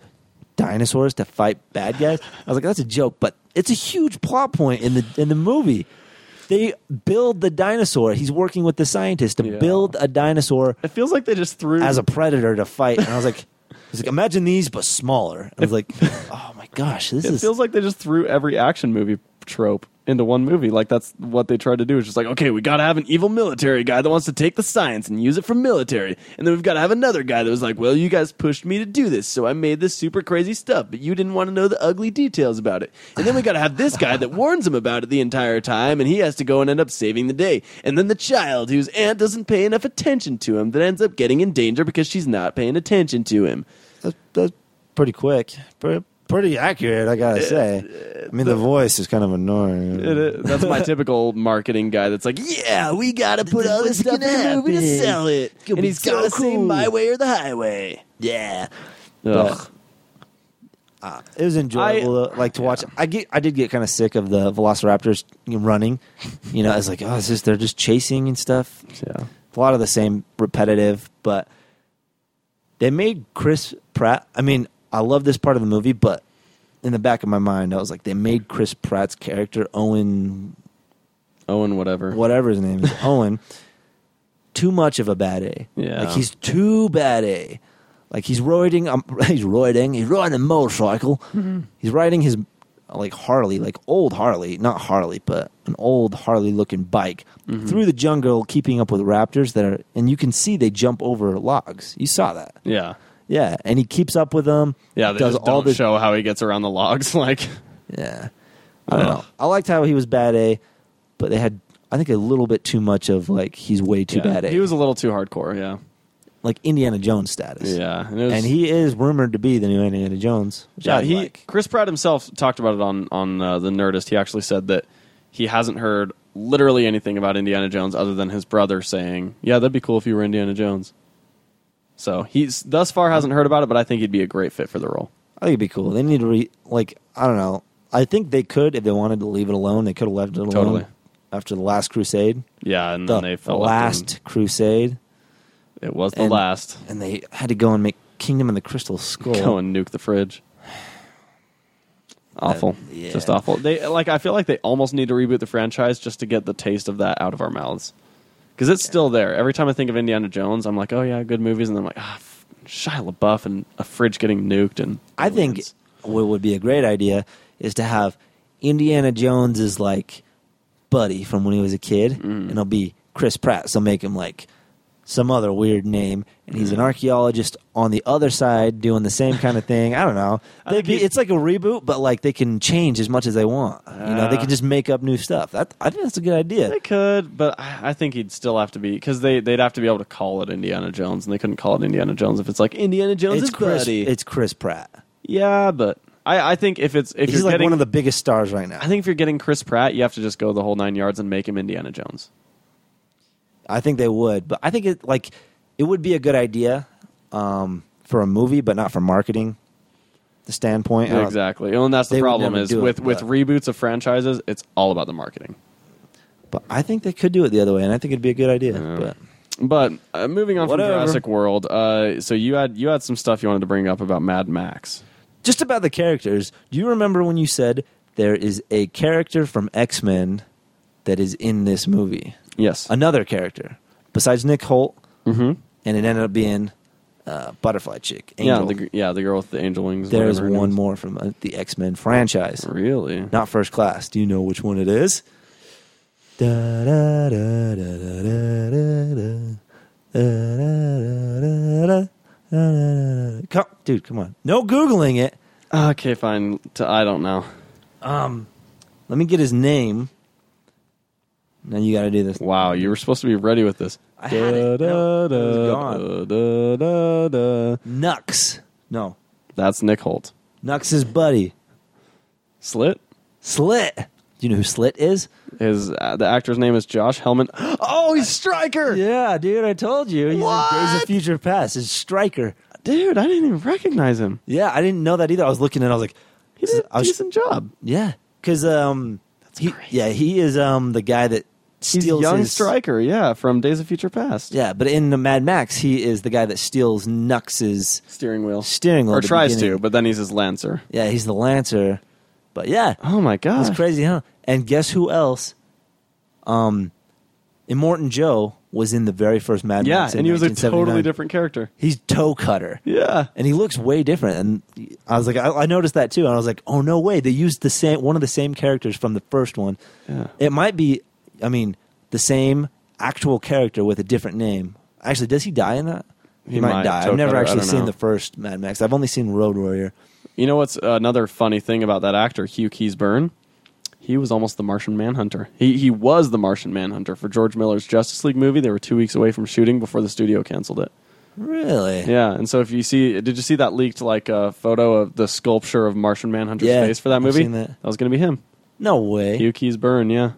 Speaker 1: Dinosaurs to fight bad guys. I was like, that's a joke, but it's a huge plot point in the in the movie. They build the dinosaur. He's working with the scientist to
Speaker 2: Yeah.
Speaker 1: build a dinosaur
Speaker 2: it feels like they just threw
Speaker 1: as a predator to fight. And I was like, I was like, imagine these but smaller. And I was like, oh my gosh, this
Speaker 2: It
Speaker 1: is
Speaker 2: feels like they just threw every action movie trope into one movie. Like that's what they tried to do. It's just like, okay, we gotta have an evil military guy that wants to take the science and use it for military, and then we've got to have another guy that was like, well, you guys pushed me to do this, so I made this super crazy stuff, but you didn't want to know the ugly details about it, and then we got to have this guy that warns him about it the entire time, and he has to go and end up saving the day, and then the child whose aunt doesn't pay enough attention to him that ends up getting in danger because she's not paying attention to him.
Speaker 1: that's, that's pretty quick, pretty, pretty accurate. I gotta say. I mean, the voice is kind of annoying.
Speaker 2: It is. That's my typical marketing guy. That's like, yeah, we gotta put all this stuff in the movie to sell it,
Speaker 1: It's gonna
Speaker 2: and
Speaker 1: be
Speaker 2: he's
Speaker 1: so
Speaker 2: gotta say
Speaker 1: cool."
Speaker 2: my way or the highway.
Speaker 1: Yeah.
Speaker 2: Ugh.
Speaker 1: But, uh, it was enjoyable, though, like to watch. I get, I did get kind of sick of the Velociraptors running. You know, I was like, oh, it's just they're just chasing and stuff.
Speaker 2: Yeah,
Speaker 1: a lot of the same repetitive, but they made Chris Pratt. I mean, I love this part of the movie, but in the back of my mind, I was like, they made Chris Pratt's character Owen,
Speaker 2: Owen, whatever.
Speaker 1: whatever his name is, Owen, too much of a bad A.
Speaker 2: Yeah.
Speaker 1: like he's too bad A. Like he's roiding, um, he's roiding, he's riding a motorcycle.
Speaker 2: Mm-hmm.
Speaker 1: He's riding his like Harley, like old Harley, not Harley, but an old Harley looking bike
Speaker 2: Mm-hmm.
Speaker 1: through the jungle, keeping up with raptors that are, and you can see they jump over logs. You saw that,
Speaker 2: Yeah,
Speaker 1: Yeah, and he keeps up with them.
Speaker 2: Yeah, they
Speaker 1: does
Speaker 2: just
Speaker 1: all
Speaker 2: don't
Speaker 1: this.
Speaker 2: show how he gets around the logs. Like,
Speaker 1: Yeah, I don't
Speaker 2: Ugh.
Speaker 1: know. I liked how he was bad A, but they had I think a little bit too much of like he's way too
Speaker 2: yeah,
Speaker 1: bad eh? A.
Speaker 2: He was a little too hardcore. Yeah,
Speaker 1: like Indiana Jones status.
Speaker 2: yeah, and, it was-
Speaker 1: and he is rumored to be the new Indiana Jones. Which
Speaker 2: Yeah,
Speaker 1: I
Speaker 2: he
Speaker 1: like.
Speaker 2: Chris Pratt himself talked about it on on uh, the Nerdist. He actually said that he hasn't heard literally anything about Indiana Jones other than his brother saying, "Yeah, that'd be cool if you were Indiana Jones." So he's thus far hasn't heard about it, but I think he'd be a great fit for the role.
Speaker 1: I think it'd be cool. They need to re like I don't know. I think they could if they wanted to leave it alone. They could have left it alone
Speaker 2: Totally.
Speaker 1: after the last Crusade.
Speaker 2: Yeah, and
Speaker 1: The,
Speaker 2: then they
Speaker 1: the
Speaker 2: fell
Speaker 1: last Crusade,
Speaker 2: It was the
Speaker 1: and-
Speaker 2: last.
Speaker 1: and they had to go and make Kingdom of the Crystal Skull.
Speaker 2: Go and nuke the fridge. Awful,
Speaker 1: yeah.
Speaker 2: just awful. They like I feel like they almost need to reboot the franchise just to get the taste of that out of our mouths because it's still there. Every time I think of Indiana Jones, I'm like, oh yeah, good movies, and then I'm like, ah, f- Shia LaBeouf and a fridge getting nuked, and
Speaker 1: I think
Speaker 2: aliens.
Speaker 1: what would be a great idea is to have Indiana Jones is like buddy from when he was a kid,
Speaker 2: Mm.
Speaker 1: and it'll be Chris Pratt. So make him like some other weird name, and he's an
Speaker 2: Mm.
Speaker 1: archaeologist on the other side doing the same kind of thing. I don't know.
Speaker 2: I
Speaker 1: They'd
Speaker 2: think
Speaker 1: be,
Speaker 2: he-
Speaker 1: it's like a reboot, but like they can change as much as they want. you know, they
Speaker 2: Uh.
Speaker 1: can just make up new stuff. That I think that's a good idea.
Speaker 2: they could, but I, I think he'd still have to be because they they'd have to be able to call it Indiana Jones, and they couldn't call it Indiana Jones if it's like Indiana Jones
Speaker 1: It's
Speaker 2: is
Speaker 1: Chris.
Speaker 2: buddy.
Speaker 1: It's Chris Pratt.
Speaker 2: yeah, but I, I think if it's if
Speaker 1: He's
Speaker 2: you're
Speaker 1: like
Speaker 2: getting
Speaker 1: one of the biggest stars right now.
Speaker 2: I think if you're getting Chris Pratt, you have to just go the whole nine yards and make him Indiana Jones.
Speaker 1: I think they would, but I think it like it would be a good idea um, for a movie, but not for marketing. The standpoint, I don't-
Speaker 2: exactly, and that's the
Speaker 1: they would
Speaker 2: problem
Speaker 1: never
Speaker 2: is
Speaker 1: do it,
Speaker 2: with with
Speaker 1: but-
Speaker 2: reboots of franchises, it's all about the marketing.
Speaker 1: But I think they could do it the other way, and I think it'd be a good idea. But
Speaker 2: But uh, moving on
Speaker 1: Whatever.
Speaker 2: from Jurassic World, uh, so you had you had some stuff you wanted to bring up about Mad Max.
Speaker 1: just about the characters, do you remember when you said there is a character from X Men that is in this movie?
Speaker 2: Yes,
Speaker 1: Another character besides Nick Holt,
Speaker 2: mm-hmm.
Speaker 1: and it ended up being uh, Butterfly Chick.
Speaker 2: yeah,
Speaker 1: Angel.
Speaker 2: the, gr- yeah, the girl with the angel wings.
Speaker 1: There's
Speaker 2: whatever her
Speaker 1: one
Speaker 2: name
Speaker 1: more from uh, the X Men franchise.
Speaker 2: is. Really?
Speaker 1: not first class. Do you know which one it is? Da, da, da, da, da, da, da, da. Da, da, da, da, da, da, da, da, da. Come, dude, come on. No googling it.
Speaker 2: Okay, fine. T- I don't know.
Speaker 1: Um, let me get his name. Now you got to do this.
Speaker 2: Wow, you were supposed to be ready with this.
Speaker 1: I had it. No, it was gone.
Speaker 2: da, da, da.
Speaker 1: Nux. No,
Speaker 2: That's Nick Holt.
Speaker 1: Nux's buddy,
Speaker 2: Slit.
Speaker 1: Slit. Do you know who Slit is?
Speaker 2: His uh, the actor's name is Josh Hellman. oh, he's Striker.
Speaker 1: Yeah, dude, I told you. He's
Speaker 2: What?
Speaker 1: a Days of Future Past. His striker.
Speaker 2: Dude, I didn't even recognize him.
Speaker 1: Yeah, I didn't know that either. I was looking and I was like,
Speaker 2: He did
Speaker 1: I
Speaker 2: a
Speaker 1: was-
Speaker 2: decent job.
Speaker 1: Yeah, because um, he,
Speaker 2: crazy.
Speaker 1: yeah, he is um the guy that
Speaker 2: He's
Speaker 1: steals
Speaker 2: young
Speaker 1: his,
Speaker 2: striker, yeah, from Days of Future Past.
Speaker 1: Yeah, but in the Mad Max, he is the guy that steals Nux's
Speaker 2: Steering wheel.
Speaker 1: steering wheel
Speaker 2: or
Speaker 1: at the
Speaker 2: tries to,
Speaker 1: beginning.
Speaker 2: but then he's his lancer.
Speaker 1: Yeah, he's the Lancer. But yeah,
Speaker 2: Oh my
Speaker 1: that's
Speaker 2: god.
Speaker 1: crazy, huh? And guess who else? Um, Immortan Joe was in the very first Mad
Speaker 2: Yeah,
Speaker 1: Max. in
Speaker 2: and he was a
Speaker 1: 1979.
Speaker 2: totally different character.
Speaker 1: He's Toe Cutter.
Speaker 2: Yeah.
Speaker 1: And he looks way different, and I was like, I, I noticed that too, and I was like, oh no way, they used the same one of the same characters from the first one,
Speaker 2: Yeah.
Speaker 1: It might be, I mean, the same actual character with a different name. Actually, does he die in that? He,
Speaker 2: He
Speaker 1: might,
Speaker 2: might,
Speaker 1: die.
Speaker 2: Toe
Speaker 1: I've never
Speaker 2: Cutter, I
Speaker 1: actually
Speaker 2: don't
Speaker 1: seen
Speaker 2: know.
Speaker 1: the first Mad Max. I've only seen Road Warrior.
Speaker 2: You know what's another funny thing about that actor, Hugh Keys Byrne? He was almost the Martian Manhunter. He he was the Martian Manhunter for George Miller's Justice League movie. They were two weeks away from shooting before the studio canceled it.
Speaker 1: Really?
Speaker 2: Yeah, and so if you see, did you see that leaked like uh, photo of the sculpture of Martian Manhunter's
Speaker 1: Yeah,
Speaker 2: face for that
Speaker 1: I've
Speaker 2: movie?
Speaker 1: seen that.
Speaker 2: was going to be him.
Speaker 1: No way. Hugh,
Speaker 2: Hugh Keys Byrne, yeah.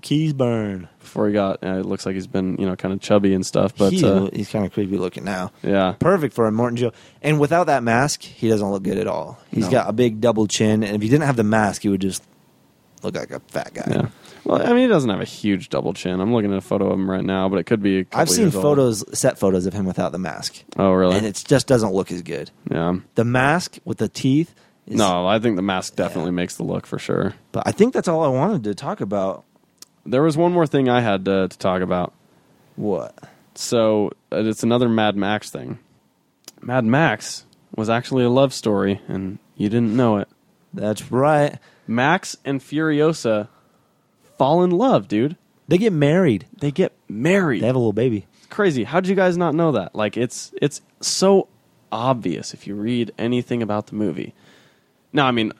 Speaker 1: Keys burn.
Speaker 2: Before he got, uh, it looks like he's been you know kind of chubby and stuff, but
Speaker 1: he,
Speaker 2: uh,
Speaker 1: he's kind of creepy looking now.
Speaker 2: yeah,
Speaker 1: Perfect for a Morton Joe. And without that mask, he doesn't look good at all. He's
Speaker 2: No.
Speaker 1: got a big double chin, and if he didn't have the mask, he would just look like a fat guy.
Speaker 2: yeah. Well, I mean, he doesn't have a huge double chin. I'm looking at a photo of him right now, but it could be. A couple
Speaker 1: I've seen
Speaker 2: years old.
Speaker 1: photos, set photos of him without the mask,
Speaker 2: Oh, really?
Speaker 1: and it just doesn't look as good.
Speaker 2: yeah.
Speaker 1: The mask with the teeth. Is,
Speaker 2: No, I think the mask definitely makes the look for sure.
Speaker 1: But I think that's all I wanted to talk about.
Speaker 2: There was one more thing I had uh, to, to talk about.
Speaker 1: What?
Speaker 2: So uh, it's another Mad Max thing. Mad Max was actually a love story, and you didn't know it.
Speaker 1: That's right.
Speaker 2: Max and Furiosa fall in love, dude.
Speaker 1: They get married.
Speaker 2: They get married.
Speaker 1: They have a little baby.
Speaker 2: It's crazy. How did you guys not know that? Like it's it's so obvious if you read anything about the movie. Now, I mean,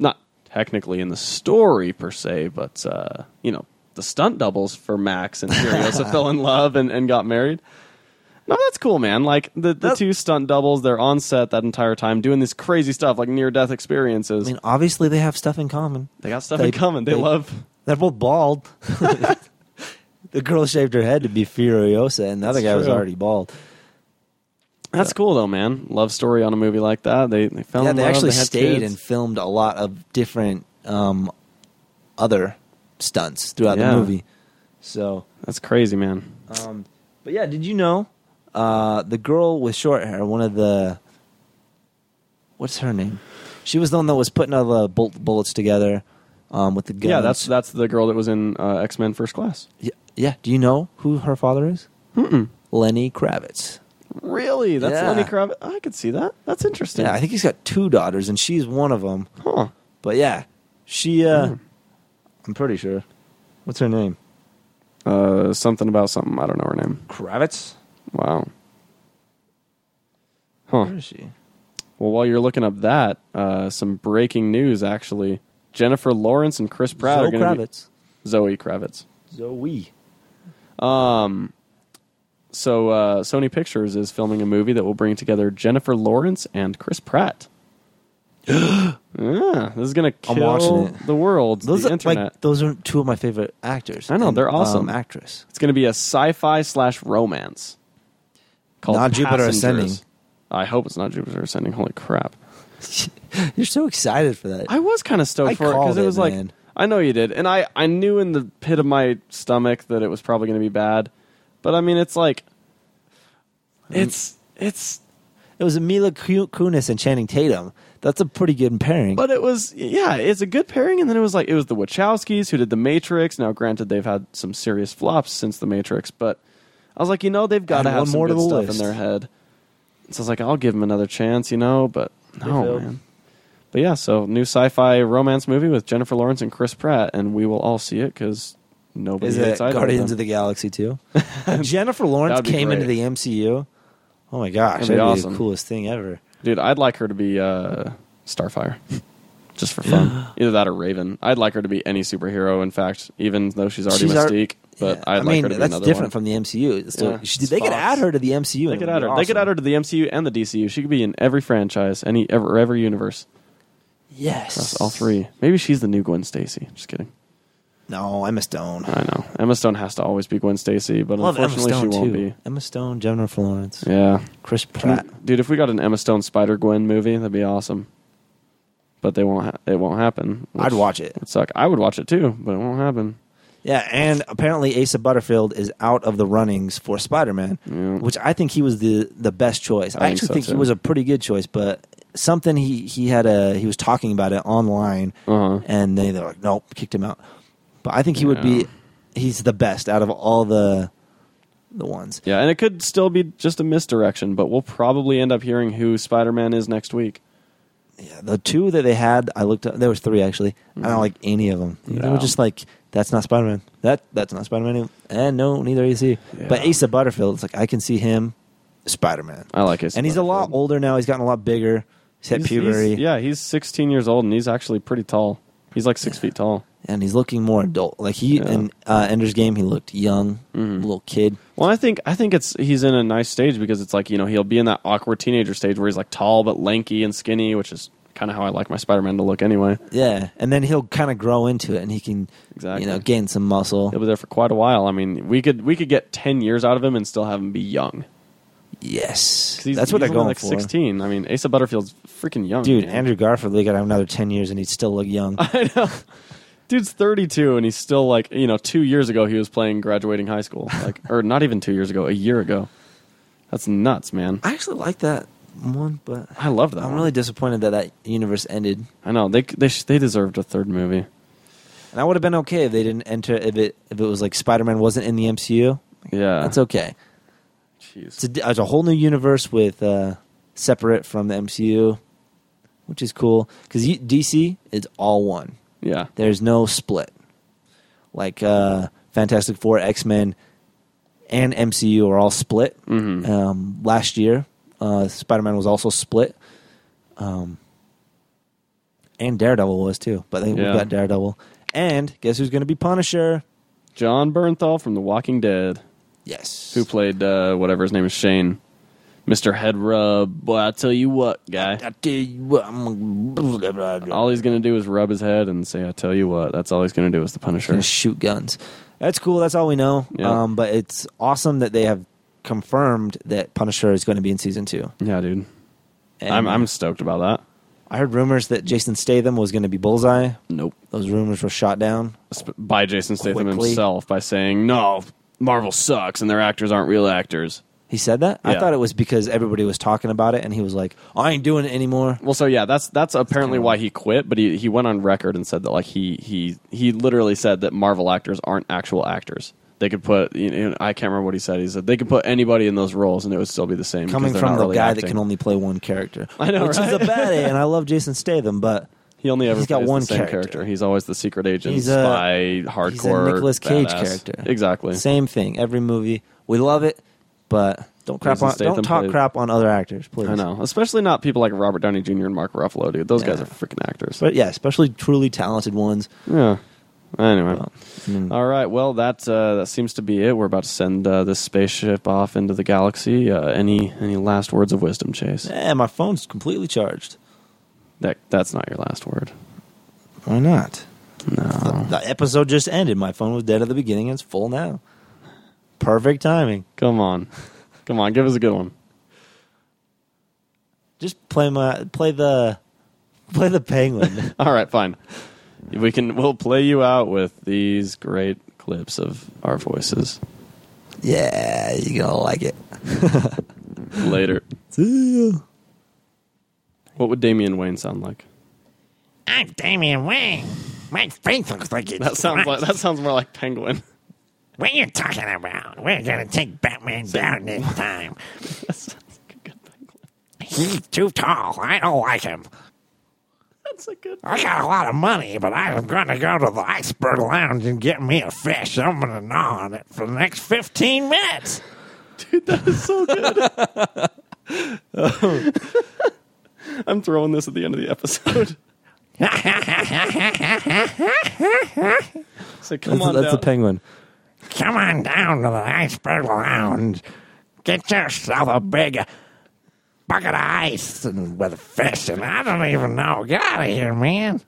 Speaker 2: not technically in the story per se, but uh, you know, the stunt doubles for Max and Furiosa fell in love and, and got married. No, that's cool, man. Like the, the
Speaker 1: That-
Speaker 2: two stunt doubles, they're on set that entire time doing this crazy stuff, like near death experiences.
Speaker 1: I mean, obviously they have stuff in common.
Speaker 2: they got stuff
Speaker 1: they-
Speaker 2: in common. They,
Speaker 1: they-
Speaker 2: love.
Speaker 1: They're both bald. the girl shaved her head to be Furiosa, and the other
Speaker 2: That's
Speaker 1: guy was
Speaker 2: true.
Speaker 1: already bald.
Speaker 2: That's cool though, man. Love story on a movie like that. They they fell
Speaker 1: yeah,
Speaker 2: in
Speaker 1: they
Speaker 2: love.
Speaker 1: actually
Speaker 2: had
Speaker 1: stayed
Speaker 2: kids.
Speaker 1: and filmed a lot of different um, other stunts throughout
Speaker 2: Yeah.
Speaker 1: the movie. So,
Speaker 2: That's crazy, man.
Speaker 1: um, but yeah, did you know uh, the girl with short hair? One of the what's her name? She was the one that was putting all the bul- bullets together um, with the guns.
Speaker 2: Yeah, that's that's the girl that was in uh, X Men First Class.
Speaker 1: yeah, yeah. Do you know who her father is?
Speaker 2: Mm-mm.
Speaker 1: Lenny Kravitz.
Speaker 2: Really? That's
Speaker 1: Yeah.
Speaker 2: Lenny Kravitz. I could see that. That's interesting.
Speaker 1: Yeah, I think he's got two daughters, and she's one of them.
Speaker 2: Huh.
Speaker 1: But yeah, she. Uh,
Speaker 2: Hmm.
Speaker 1: I'm pretty sure. What's her name?
Speaker 2: Uh, something about something. I don't know her name.
Speaker 1: Kravitz.
Speaker 2: Wow. Huh.
Speaker 1: Where is she?
Speaker 2: Well, while you're looking up that, uh, some breaking news actually. Jennifer Lawrence and Chris Pratt are
Speaker 1: Zoe
Speaker 2: going to
Speaker 1: Kravitz.
Speaker 2: be Zoe Kravitz.
Speaker 1: Zoe.
Speaker 2: Um, so uh, Sony Pictures is filming a movie that will bring together Jennifer Lawrence and Chris Pratt. yeah, this is gonna
Speaker 1: I'm
Speaker 2: kill
Speaker 1: watching it.
Speaker 2: the world,
Speaker 1: Those
Speaker 2: the
Speaker 1: are,
Speaker 2: internet.
Speaker 1: like those are two of my favorite actors. um,
Speaker 2: I know, they're awesome.
Speaker 1: actress.
Speaker 2: it's gonna be a sci-fi slash romance called
Speaker 1: Not Jupiter
Speaker 2: Passengers.
Speaker 1: Ascending.
Speaker 2: I hope it's not Jupiter Ascending. Holy crap!
Speaker 1: You're so excited for that.
Speaker 2: I was kind of stoked
Speaker 1: I
Speaker 2: for it because
Speaker 1: called
Speaker 2: it
Speaker 1: it,
Speaker 2: was like
Speaker 1: man.
Speaker 2: I know you did, and I I knew in the pit of my stomach that it was probably going to be bad, but I mean it's like it's it's
Speaker 1: it was Mila Ku- Kunis and Channing Tatum. That's a pretty good pairing.
Speaker 2: but it was yeah it's a good pairing, and then it was like it was the Wachowskis who did the Matrix. Now granted they've had some serious flops since the Matrix, but I was like you know they've got to
Speaker 1: Add
Speaker 2: have
Speaker 1: one
Speaker 2: some
Speaker 1: more to
Speaker 2: good
Speaker 1: the
Speaker 2: stuff in
Speaker 1: list.
Speaker 2: their head. So I was like I'll give them another chance, you know, but no
Speaker 1: failed.
Speaker 2: man. But yeah, so new sci-fi romance movie with Jennifer Lawrence and Chris Pratt, and we will all see it because nobody
Speaker 1: is it
Speaker 2: hates either
Speaker 1: Guardians of
Speaker 2: of
Speaker 1: the Galaxy too? Jennifer Lawrence
Speaker 2: That'd be
Speaker 1: came into
Speaker 2: great.
Speaker 1: the MCU. Oh my gosh,
Speaker 2: That'd be
Speaker 1: that'd be
Speaker 2: awesome.
Speaker 1: the coolest thing ever.
Speaker 2: them. Dude, I'd like her to be uh, Starfire, just for fun. Either that or Raven. I'd like her to be any superhero. In fact, even though she's already
Speaker 1: She's al-
Speaker 2: Mystique, but
Speaker 1: Yeah,
Speaker 2: I'd
Speaker 1: I
Speaker 2: like
Speaker 1: mean,
Speaker 2: her to be
Speaker 1: that's
Speaker 2: another
Speaker 1: different from
Speaker 2: one.
Speaker 1: the MCU. So
Speaker 2: Yeah,
Speaker 1: she-
Speaker 2: it's
Speaker 1: they could
Speaker 2: Fox.
Speaker 1: add her to the MCU.
Speaker 2: They could add her. They could add her to the MCU and the DCU. She could be in every franchise, any ever every universe,
Speaker 1: Yes,
Speaker 2: across all three. Maybe she's the new Gwen Stacy. Just kidding.
Speaker 1: No, Emma Stone.
Speaker 2: I know Emma Stone has to always be Gwen Stacy, but
Speaker 1: I love Emma
Speaker 2: unfortunately
Speaker 1: Stone
Speaker 2: she won't
Speaker 1: too. Emma Stone, Jennifer Lawrence,
Speaker 2: be. Yeah.
Speaker 1: Chris
Speaker 2: Can
Speaker 1: Pratt.
Speaker 2: we- dude, if we got an Emma Stone Spider Gwen movie, that'd be awesome. But they won't. Ha- it won't happen. which
Speaker 1: I'd watch it.
Speaker 2: Would suck. I would watch it too, but it won't happen.
Speaker 1: Yeah, and apparently Asa Butterfield is out of the runnings for Spider Man,
Speaker 2: Yeah.
Speaker 1: which I think he was the the best choice.
Speaker 2: I
Speaker 1: I,
Speaker 2: think
Speaker 1: actually
Speaker 2: so,
Speaker 1: think he
Speaker 2: too.
Speaker 1: was a pretty good choice, but something he he had a he was talking about it online,
Speaker 2: Uh-huh.
Speaker 1: and they they're like, nope, kicked him out. But I think he would be he's the best out of all the the ones.
Speaker 2: Yeah, and it could still be just a misdirection, but we'll probably end up hearing who Spider Man is next week.
Speaker 1: Yeah, the two that they had, I looked up. There was three actually. I
Speaker 2: Mm-hmm.
Speaker 1: don't like any of them. They
Speaker 2: Yeah.
Speaker 1: were just like, "That's not Spider Man. That that's not Spider Man." And no, neither is he. But
Speaker 2: Yeah.
Speaker 1: Asa Butterfield, it's like I can see him, Spider Man,
Speaker 2: I like it,
Speaker 1: and he's a lot older now. He's gotten a lot bigger. He's hit puberty,
Speaker 2: yeah, Uh, he's 16 years old, and he's actually pretty tall. He's like six feet tall.
Speaker 1: and he's looking more adult. Like he
Speaker 2: Yeah.
Speaker 1: in uh, Ender's Game, he looked young,
Speaker 2: Mhm.
Speaker 1: little kid.
Speaker 2: Well, I think I think it's he's in a nice stage because it's like you know he'll be in that awkward teenager stage where he's like tall but lanky and skinny, which is kind of how I like my Spider Man to look anyway.
Speaker 1: Yeah, and then he'll kind of grow into it, and he can,
Speaker 2: Exactly.
Speaker 1: you know, gain some muscle.
Speaker 2: He'll be there for quite a while. I mean, we could we could get ten years out of him and still have him be young. 'Cause
Speaker 1: Yes,
Speaker 2: he's-
Speaker 1: that's what
Speaker 2: he's
Speaker 1: they're
Speaker 2: only,
Speaker 1: going
Speaker 2: like
Speaker 1: for.
Speaker 2: Sixteen. I mean, Asa Butterfield's freaking young,
Speaker 1: Dude,
Speaker 2: man.
Speaker 1: Andrew Garfield, they got to have another ten years, and he'd still look young.
Speaker 2: I know. Dude's thirty-two, and he's still like you know. Two years ago, he was playing graduating high school, like or not even two years ago, a year ago. That's nuts, man.
Speaker 1: I actually like that one, but
Speaker 2: I love that.
Speaker 1: I'm
Speaker 2: one.
Speaker 1: really disappointed that that universe ended.
Speaker 2: I know they they sh- they deserved a third movie.
Speaker 1: And I would have been okay if they didn't enter if it if it was like Spider-Man wasn't in the MCU.
Speaker 2: Yeah,
Speaker 1: That's okay. It's
Speaker 2: Jeez.
Speaker 1: a, di- it's a whole new universe with uh, separate from the MCU, which is cool because DC is all one.
Speaker 2: Yeah,
Speaker 1: There's no split. Like uh, Fantastic Four, X Men, and MCU are all split.
Speaker 2: Mhm.
Speaker 1: Um, last year, Uh, Spider Man was also split. Um, and Daredevil was too, but they
Speaker 2: Yeah.
Speaker 1: we got Daredevil. And guess who's going to be Punisher?
Speaker 2: John Bernthal from The Walking Dead,
Speaker 1: Yes.
Speaker 2: who played uh, whatever his name is, Shane, Mister Head Rub. Boy, I tell you what, guy.
Speaker 1: I tell you what, I'm gonna
Speaker 2: All he's gonna do is rub his head and say, "I tell you what." That's all he's gonna do is the Punisher.
Speaker 1: gonna shoot guns. That's cool. That's all we know.
Speaker 2: Yeah.
Speaker 1: Um, but it's awesome that they have confirmed that Punisher is going to be in season two.
Speaker 2: Yeah, dude.
Speaker 1: And
Speaker 2: I'm I'm stoked about that.
Speaker 1: I heard rumors that Jason Statham was going to be Bullseye.
Speaker 2: Nope.
Speaker 1: Those rumors were shot down.
Speaker 2: Sp- By Jason Statham
Speaker 1: Quickly.
Speaker 2: himself by saying, "No, Marvel sucks and their actors aren't real actors."
Speaker 1: He said that. I
Speaker 2: Yeah.
Speaker 1: thought it was because everybody was talking about it, and he was like, "I ain't doing it anymore."
Speaker 2: Well, so yeah, that's that's apparently
Speaker 1: kinda-
Speaker 2: why he quit. But he, he went on record and said that like he he he literally said that Marvel actors aren't actual actors. They could put you know, I can't remember what he said. He said they could put anybody in those roles and it would still be the same. because
Speaker 1: Coming
Speaker 2: they're
Speaker 1: from
Speaker 2: not
Speaker 1: the
Speaker 2: really
Speaker 1: guy
Speaker 2: acting.
Speaker 1: that can only play one character,
Speaker 2: I know,
Speaker 1: which
Speaker 2: right?
Speaker 1: is a bad A, and I love Jason Statham, but
Speaker 2: he only ever
Speaker 1: he's got
Speaker 2: plays the
Speaker 1: one
Speaker 2: same
Speaker 1: character.
Speaker 2: He's always the secret agent,
Speaker 1: He's a-
Speaker 2: spy, hardcore,
Speaker 1: he's a Nicolas Cage
Speaker 2: badass.
Speaker 1: character.
Speaker 2: Exactly.
Speaker 1: Same thing. Every movie, we love it, but don't crap
Speaker 2: Jason
Speaker 1: on.
Speaker 2: Statham
Speaker 1: Don't talk
Speaker 2: played-
Speaker 1: crap on other actors, please.
Speaker 2: I know, especially not people like Robert Downey Jr. and Mark Ruffalo, dude. Those guys
Speaker 1: Yeah.
Speaker 2: are freaking actors.
Speaker 1: but yeah, especially truly talented ones. Mm.
Speaker 2: yeah. Anyway.
Speaker 1: I mean,
Speaker 2: All right. Well, that uh, that seems to be it. We're about to send uh, this spaceship off into the galaxy. Uh, any any last words of wisdom, Chase?
Speaker 1: eh, my phone's completely charged.
Speaker 2: That that's not your last word.
Speaker 1: Why not?
Speaker 2: No.
Speaker 1: The episode just ended. My phone was dead at the beginning. and It's full now. Perfect timing.
Speaker 2: Come on, come on. Give us a good one.
Speaker 1: Just play my play the play the penguin.
Speaker 2: All right. Fine. We can. We'll play you out with these great clips of our voices
Speaker 1: yeah, you're gonna like it.
Speaker 2: later.
Speaker 1: See ya.
Speaker 2: What would Damian Wayne sound like?
Speaker 3: I'm Damian Wayne. My face looks like it's
Speaker 2: That sounds like that sounds more like Penguin.
Speaker 3: What are you talking about? We're gonna take Batman down this time.
Speaker 2: that sounds like a good Penguin.
Speaker 3: He's too tall. I don't like him.
Speaker 2: That's a good.
Speaker 3: I got a lot of money, but I'm gonna go to the iceberg lounge and get me a fish. I'm gonna gnaw on it for the next fifteen minutes.
Speaker 2: I'm throwing this at the end of the episode. so come
Speaker 1: That's,
Speaker 2: on.
Speaker 1: that's the
Speaker 2: down.
Speaker 1: penguin.
Speaker 3: Come on down to the iceberg lounge. Get yourself a big bucket of ice and with fish, and I don't even know. Get out of here, man.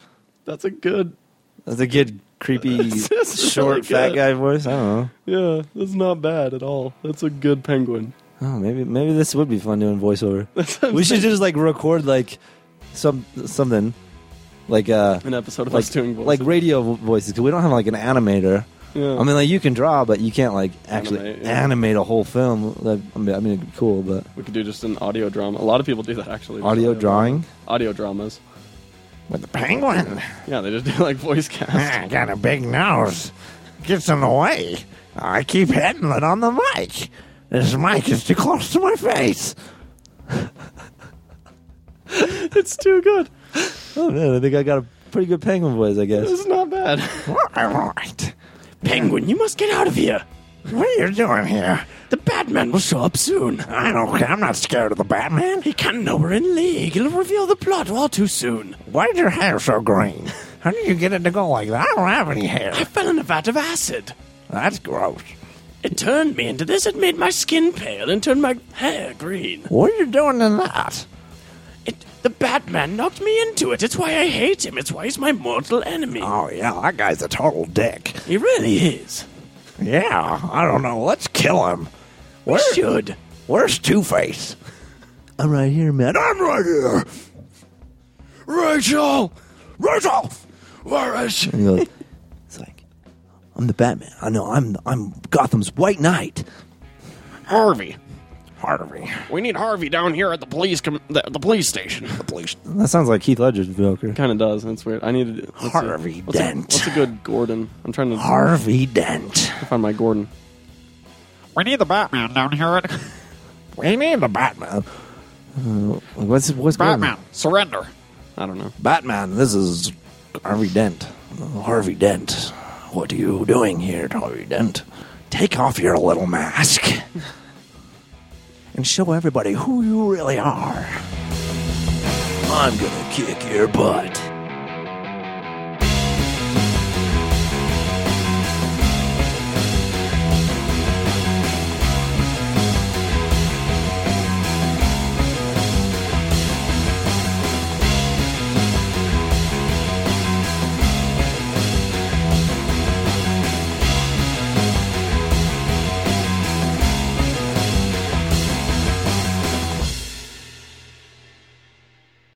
Speaker 2: That's a good.
Speaker 1: That's a good creepy
Speaker 2: That's really
Speaker 1: short fat
Speaker 2: good.
Speaker 1: guy voice. I don't know.
Speaker 2: Yeah, that's not bad at all. That's a good penguin.
Speaker 1: Oh, maybe maybe this would be fun doing voiceover. we should just like record like some something like uh
Speaker 2: An episode of
Speaker 1: like
Speaker 2: us doing voices.
Speaker 1: like radio vo- voices because we don't have like an animator.
Speaker 2: yeah.
Speaker 1: I mean, like you can draw, but you can't like actually
Speaker 2: Animate,
Speaker 1: animate,
Speaker 2: yeah.
Speaker 1: a whole film. Like, I mean, I mean, it'd be cool, but
Speaker 2: we could do just an audio drama. A lot of people do that actually. just
Speaker 1: audio drawing.
Speaker 2: Audio dramas.
Speaker 3: With the penguin.
Speaker 2: Yeah, they just do like voice cast.
Speaker 3: I got a big nose. Gets in the way. I keep hitting it on the mic. This mic is too close to my face.
Speaker 2: it's too good.
Speaker 1: Oh man, I think I got a pretty good penguin voice. I guess
Speaker 2: It's not bad.
Speaker 3: All right.
Speaker 2: penguin, you must get out of here.
Speaker 3: What are you doing here?
Speaker 2: The Batman will show up soon.
Speaker 3: I don't. I'm not scared of the Batman.
Speaker 2: He can know we're in league. He'll reveal the plot all too soon.
Speaker 3: Why's your hair so green? How did you get it to go like that? I don't have any hair.
Speaker 2: fell in a vat of acid.
Speaker 3: That's gross.
Speaker 2: It turned me into this. It made my skin pale and turned my hair green.
Speaker 3: What are you doing in that?
Speaker 2: It, the Batman knocked me into it. It's why I hate him. It's why he's my mortal enemy.
Speaker 3: Oh yeah, that guy's a total dick.
Speaker 2: He really is.
Speaker 3: Yeah, I don't know. Let's kill him. Where,
Speaker 2: should.
Speaker 3: Where's Two Face?
Speaker 1: I'm right here, man.
Speaker 3: I'm right here.
Speaker 2: Rachel!
Speaker 3: Rachel.
Speaker 2: Where is she?
Speaker 1: And he goes, it's like I'm the Batman. I know I'm I'm Gotham's White Knight.
Speaker 2: Harvey.
Speaker 3: Harvey.
Speaker 2: We need Harvey down here at the police com- the, the police station. The police.
Speaker 1: That sounds like Keith Ledger's Joker.
Speaker 2: Kind of does. That's weird. I need to. what's a-
Speaker 3: Harvey
Speaker 2: what's a-
Speaker 3: Dent.
Speaker 2: what's a good Gordon? I'm trying to
Speaker 3: Harvey Dent.
Speaker 2: find my Gordon.
Speaker 3: We need the Batman down here. At- we need the Batman.
Speaker 1: Like, what's what's Batman?
Speaker 3: surrender.
Speaker 2: I don't know.
Speaker 1: Batman. This is Harvey Dent.
Speaker 3: Harvey Dent, what are you doing here, Harvey Dent? Take off your little mask. and show everybody who you really are. I'm gonna kick your butt.